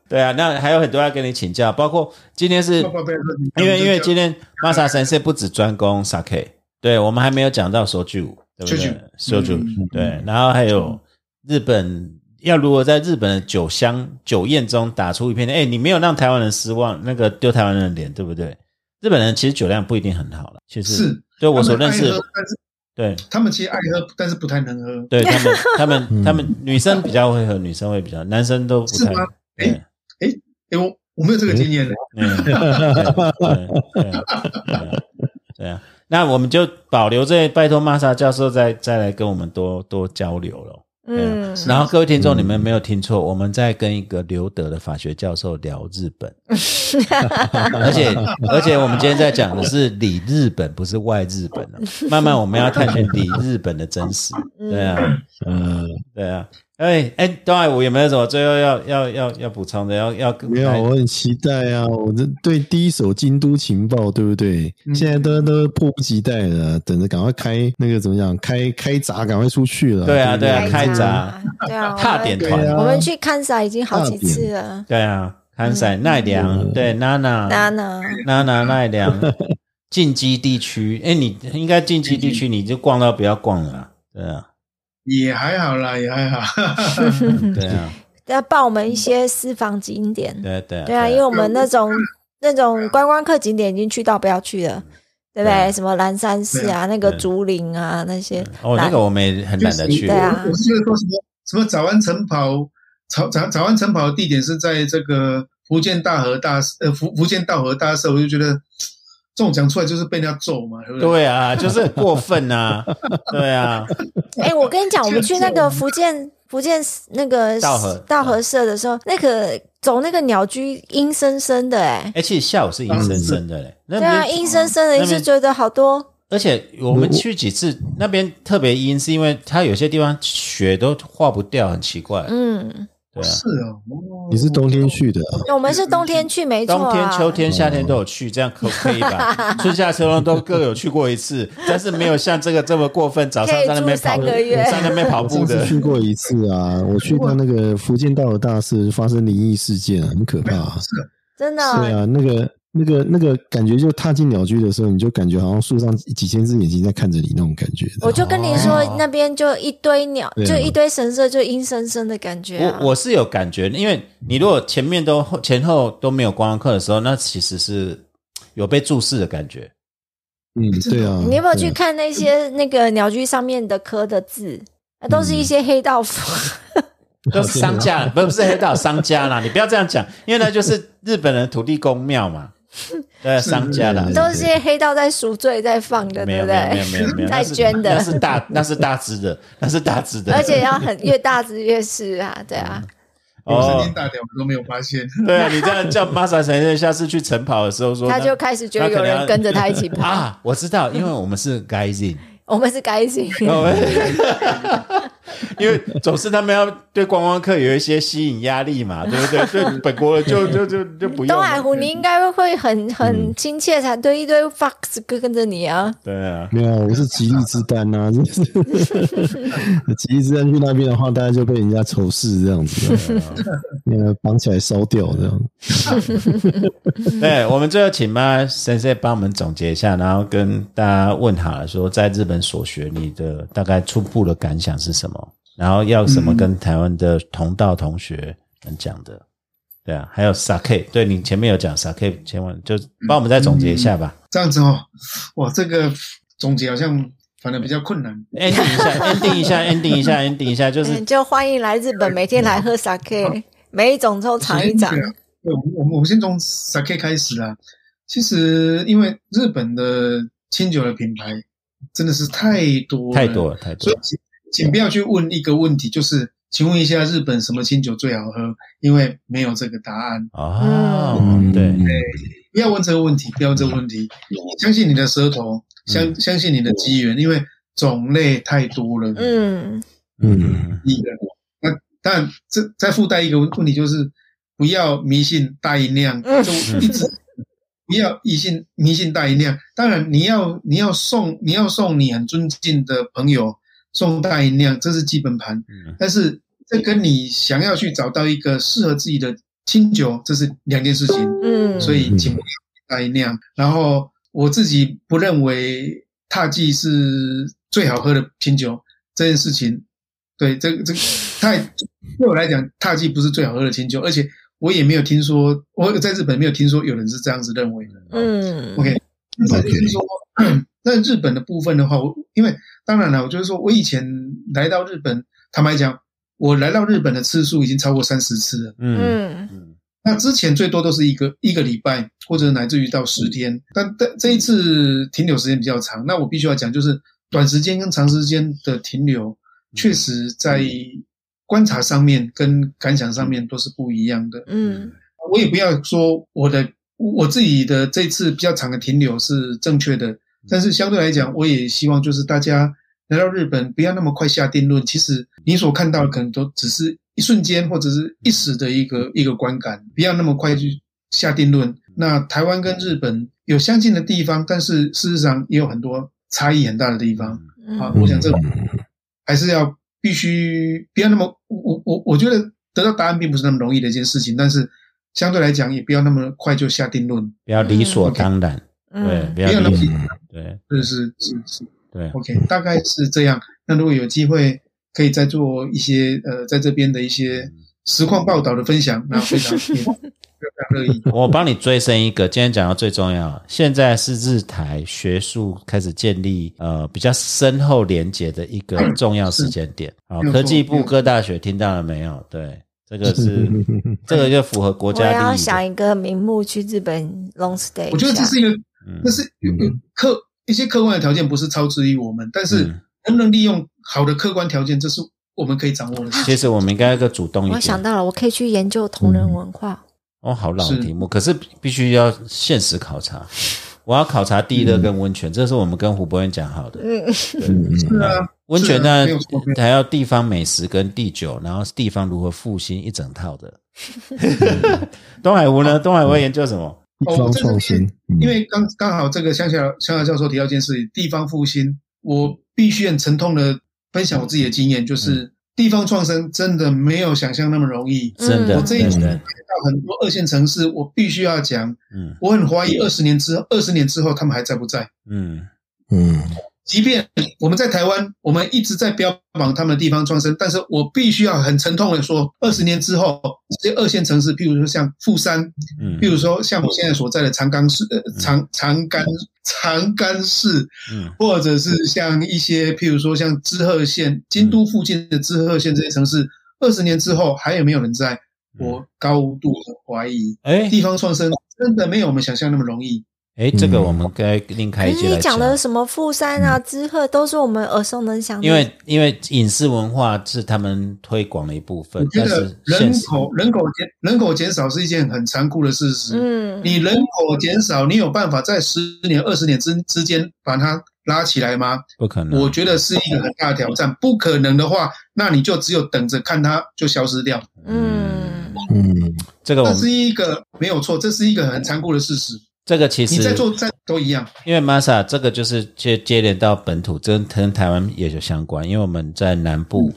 对啊，那还有很多要跟你请教，包括今天是因为因为今天天玛莎神社不止专攻 sake，对我们还没有讲到手酒，对不对？手手酒酒嗯对，然后还有日本要如何在日本的酒香酒宴中打出一片，哎，你没有让台湾人失望，那个丢台湾人的脸，对不对？日本人其实酒量不一定很好了，其实是对我所认识，他们爱喝哎但是对他们其实爱喝，但是不太能喝。对他们他 嗯们他们女生比较会喝，女生会比较，男生都不太是吗对。哎，我我没有这个经验的。嗯，对对对对对啊，那我们就保留这，拜托玛莎教授再再来跟我们多多交流了。嗯，然后各位听众，你们没有听错，我们在跟一个留德的法学教授聊日本，而且而且我们今天在讲的是里日本，不是外日本了、慢慢我们要探寻里日本的真实，嗯对啊，呃，对啊。哎哎，东海武有没有什么最后要要要要补充的？要要没有，我很期待啊！我这对第一手京都情报，对不对？嗯现在都都迫不及待了，等着赶快开那个怎么讲？开开闸，赶快出去了。对啊不对啊开闸闸，对啊，踏我们点对团啊，我们去看赛已经好几踏点次了，对啊，康赛奈良，对娜娜娜娜，娜娜奈良 近畿地区，哎，你应该近畿地区你就逛到不要逛了啊，对啊，也还好啦，也还好。嗯对啊，要报我们一些私房景点。对啊对啊，对啊，因为我们那种那种观光客景点已经去到不要去了，对不对啊对？什么蓝山寺啊，那个竹林啊那些，哦那个我们也很懒得去，对啊我是觉得说什么什么早安晨跑，早早早安晨跑的地点是在这个福建大河大呃福福建道河大社，我就觉得这种讲出来就是被人家揍嘛，对不对？对啊，就是很过分 呐，对啊，哎，我跟你讲，我们去那个福建福建那个道嗯和道和社的时候，那个走那个鸟居阴森森的，哎，哎，其实下午是阴森森的嘞，那对啊，边阴森森的，那你就边觉得好多，而且我们去几次那边特别阴，是因为它有些地方雪都化不掉，很奇怪，嗯，对啊。是哦，哦你是冬天去的啊，我们是冬天去，没错嗯冬啊，天、秋天、夏天都有去，这样可可以 吧？春夏秋冬都各有去过一次，但是没有像这个这么过分，早上可以在那住边跑三步，个月在那边跑我步上次 的。去过一次啊，我去到那个福建道的大社发生灵异事件，很可怕、啊。真的，对啊，那个那个那个感觉，就踏进鸟居的时候，你就感觉好像树上几千只眼睛在看着你那种感觉。我就跟你说哦，那边就一堆鸟，对啊就一堆神社，就阴森森的感觉啊。我我是有感觉，因为你如果前面都前后都没有观光客的时候，那其实是有被注视的感觉。嗯，对啊。你有没有去对啊？看 那些那个鸟居上面的刻的字？那都嗯是一些黑道 符，都是商家，不是不是黑道商家啦，你不要这样讲，因为那就是日本人土地公庙 嘛，对，啊商家啦，嗯都是一些黑道在赎罪在放的，没对有不没有没有没有没对？ 有，在那是捐的那，是大那是大只的，那是大只的，而且要很越大只越是啊，对啊，我神哦经，大条，我都没有发现。 对啊，你这样叫玛莎神仙，下次去晨跑的时候说，他嗯那就开始觉那得可有能人要跟着他一 起跑。啊，我知道，因为我们是 guys in，我们是 该醒，我们 因为总是他们要对观光客有一些吸引压力嘛，对不对？对本国人就就就就不用东海了，湖你应该会很嗯很亲切才对，一堆 fox 跟跟着你啊。对啊，没有，我是吉利之丹呐、啊，就是 吉利之丹去那边的话，大家就被人家仇视这样子，呃，绑起来烧掉这样。 对，我们最后请妈先生帮我们总结一下，然后跟大家问好了，说在日本所学你的大概初步的感想是什么，然后要什么跟台湾的同道同学们讲的，对啊，还有 sake，对你前面有讲 sake，千万就帮我们再总结一下吧。这样子哦，哇，这个总结好像反而比较困难。 ending 一下，ending 一下，ending 一下，ending 一下，就是嗯嗯，就欢迎来日本，每天来喝 sake，每一种都尝一尝对。啊对，我们我们我们先从 sake 开始啊。其实因为日本的清酒的品牌真的是太多了太多了，太多所以了。请请不要去问一个问题，就是请问一下日本什么清酒最好喝？因为没有这个答案。哦，嗯，对，不要问这个问题，不要问这个问题，相信你的舌头，相相信你的机缘，因为种类太多了。，嗯，嗯，一个，那但这再附带一个问问题就是，不要迷信大音量，嗯就一直不要迷信迷信大音量。当然，你要你要送你要送你很尊敬的朋友送大音量，这是基本盘。嗯但是这跟你想要去找到一个适合自己的清酒，这是两件事情。嗯，所以嗯请不要大音量。然后我自己不认为踏剂是最好喝的清酒这件事情，对这个这个太对我来讲，踏剂不是最好喝的清酒，而且我也没有听说，我在日本没有听说有人是这样子认为的。嗯 OK，那就是说，那日本的部分的话，我因为当然了，我就是说我以前来到日本，坦白讲，我来到日本的次数已经超过三十次了。嗯嗯嗯那之前最多都是一个一个礼拜，或者乃至于到十天，但但这一次停留时间比较长。那我必须要讲，就是短时间跟长时间的停留，确实在观察上面跟感想上面都是不一样的。嗯我也不要说我的我自己的这次比较长的停留是正确的，但是相对来讲，我也希望就是大家来到日本不要那么快下定论。其实你所看到的可能都只是一瞬间或者是一时的一个一个观感，不要那么快去下定论。那台湾跟日本有相近的地方，但是事实上也有很多差异很大的地方。啊，嗯我想这种还是要必须不要那么，我我我觉得得到答案并不是那么容易的一件事情，但是相对来讲也不要那么快就下定论，不要理所当然，对，嗯不没有要那么理，是对是是是对， ，OK，大概是这样。那如果有机会可以再做一些呃，在这边的一些实况报道的分享，那 非常非常乐意。 我帮你追深一个，今天讲到最重要，现在是日台学术开始建立呃比较深厚连结的一个重要时间点。好嗯没，有错科技部各大学听到了没有？对，这个是 嗯这个就符合国我家也利益要的。想一个名目去日本 long stay 一下。我觉得这是一个，嗯这是嗯客一些客观的条件不是超之于我们，但是嗯能不能利用好的客观条件，这是我们可以掌握的事情。其实我们应该更主动一我点想。到了，我可以去研究同人文化。哦，好老的是题目，可是必须要现实考察。我要考察地热跟温泉，这是我们跟胡博彦讲好的。嗯，是啊，温泉是啊呢没有错没有，错还要地方美食跟地酒，然后地方如何复兴一整套 的。东海哦湖呢？东海湖会研究什么？地方创新，哦因嗯为刚刚好这个乡下乡下教授提到一件事情，地方复兴，我必须很沉痛的分享我自己的经验，就是、地方创生真的没有想象那么容易。真的，我这一真的，到很多二线城市，我必须要讲，嗯我很怀疑二十年之后，二十年之后他们还在不在。嗯嗯即便我们在台湾，我们一直在标榜他们的地方创生，但是我必须要很沉痛的说，二十年之后，这些二线城市，譬如说像富山，嗯譬如说像我现在所在的长冈市、呃、长长冈长冈市，嗯或者是像一些譬如说像知鹤县、京都附近的知鹤县这些城市，二十年之后还有没有人在？嗯我高度的怀疑，哎地方创生真的没有我们想象那么容易。哎，这嗯个我们该另开可一是节你来讲的什么富山啊、知鹤，都是我们耳熟能详的。因为因为影视文化是他们推广的一部我分，觉但得是现人实口人口减人口减少是一件很残酷的事实。嗯，你人口减少，你有办法在十年、二十年之之间把它拉起来吗？不可能。我觉得是一个很大的挑战。不可能的话，那你就只有等着看它就消失掉。嗯嗯这个我这们是一个没有错，这是一个很残酷的事实。这个其你实在做在都一样，因为 Masa 这个就是接接连到本土，跟跟台湾也有相关，因为我们在南部，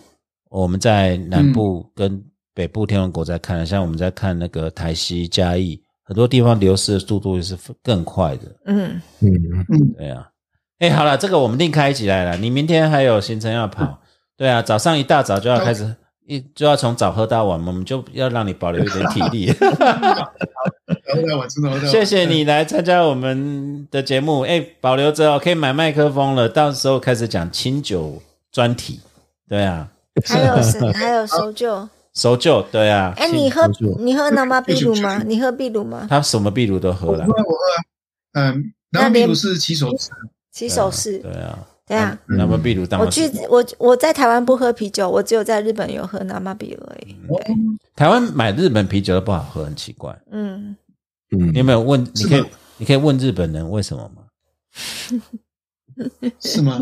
我们在南部跟北部天龙国在看，像我们在看那个台西嘉义，很多地方流失的速度是更快的，嗯，嗯，嗯，对啊。哎，好了，这个我们另开一集来了，你明天还有行程要 跑，对啊，早上一大早就要开始。一就要从早喝到晚，我们就要让你保留一点体力。然后来我知道，知道谢谢。你来参加我们的节目，哎，保留着哦，可以买麦克风了，到时候开始讲清酒专题，对啊，还有是 还有搜救。搜救，对啊，哎，清你喝搜救你喝南妈秘鲁吗？你喝秘鲁吗？他什么秘鲁都喝我了喝，啊，我喝啊，嗯，然后秘鲁是骑手制，洗手式对。啊，对啊，嗯那么秘鲁当我然去是，我我在台湾不喝啤酒，我只有在日本有喝南妈秘鲁而已。嗯台湾买日本啤酒都不好喝，很奇怪。嗯，你嗯有没有问？你吗可以，你可以问日本人为什么吗？是吗？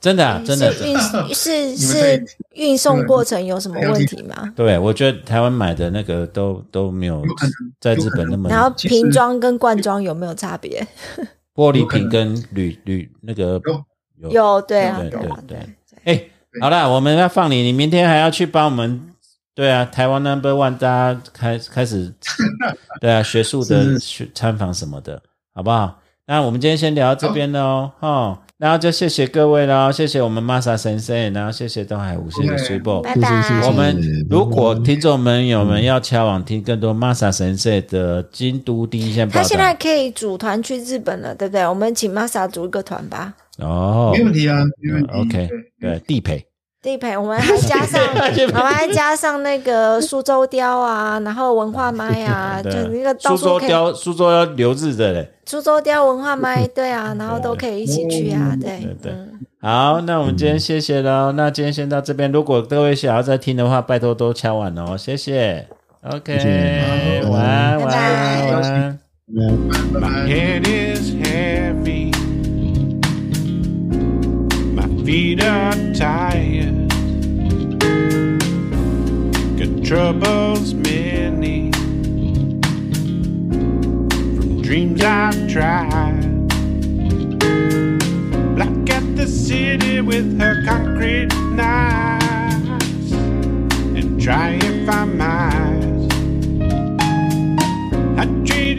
真的啊，真的，嗯是 运是你们在是运送过程有什么问题吗？对我觉得台湾买的那个都都没有有可能在日本那么然后其实瓶装跟罐装有没有差别？玻璃瓶跟铝铝那个有有，对啊，对啊，对对嗯对。哎、好啦，我们要放你，你明天还要去帮我们。对啊，台湾 Number One，大家开开始，对啊，学术的是学参访什么的，好不好？那我们今天先聊到这边喽，哈、哦，然后就谢谢各位喽，谢谢我们 Masa 先生，然后谢谢东海吴，谢谢 s u p e 拜谢谢谢拜谢我们如果听众们有们要前往听更多 Masa 神社的京都第一线报他道，现在可以组团去日本了，对不对？我们请 Masa 组一个团吧。哦嗯没问题啊，没问题。 ，OK，对对，地陪，地陪，我 们还加上，我们还加上那个苏州雕啊，然后文化麦啊，就对那个苏到处州可以，雕，苏州雕留日的嘞。苏州雕文化麦，对啊，然后都可以一起去啊，对对对嗯好，那我们今天谢谢喽。那今天先到这边，如果各位想要再听的话，拜托多敲碗哦，谢谢。OK，谢谢晚安，晚安，拜拜晚安。那 My head is heavy. My feet are tired. Got troubles many from dreams I've tried. Black at the city with her concrete knives and try if I might.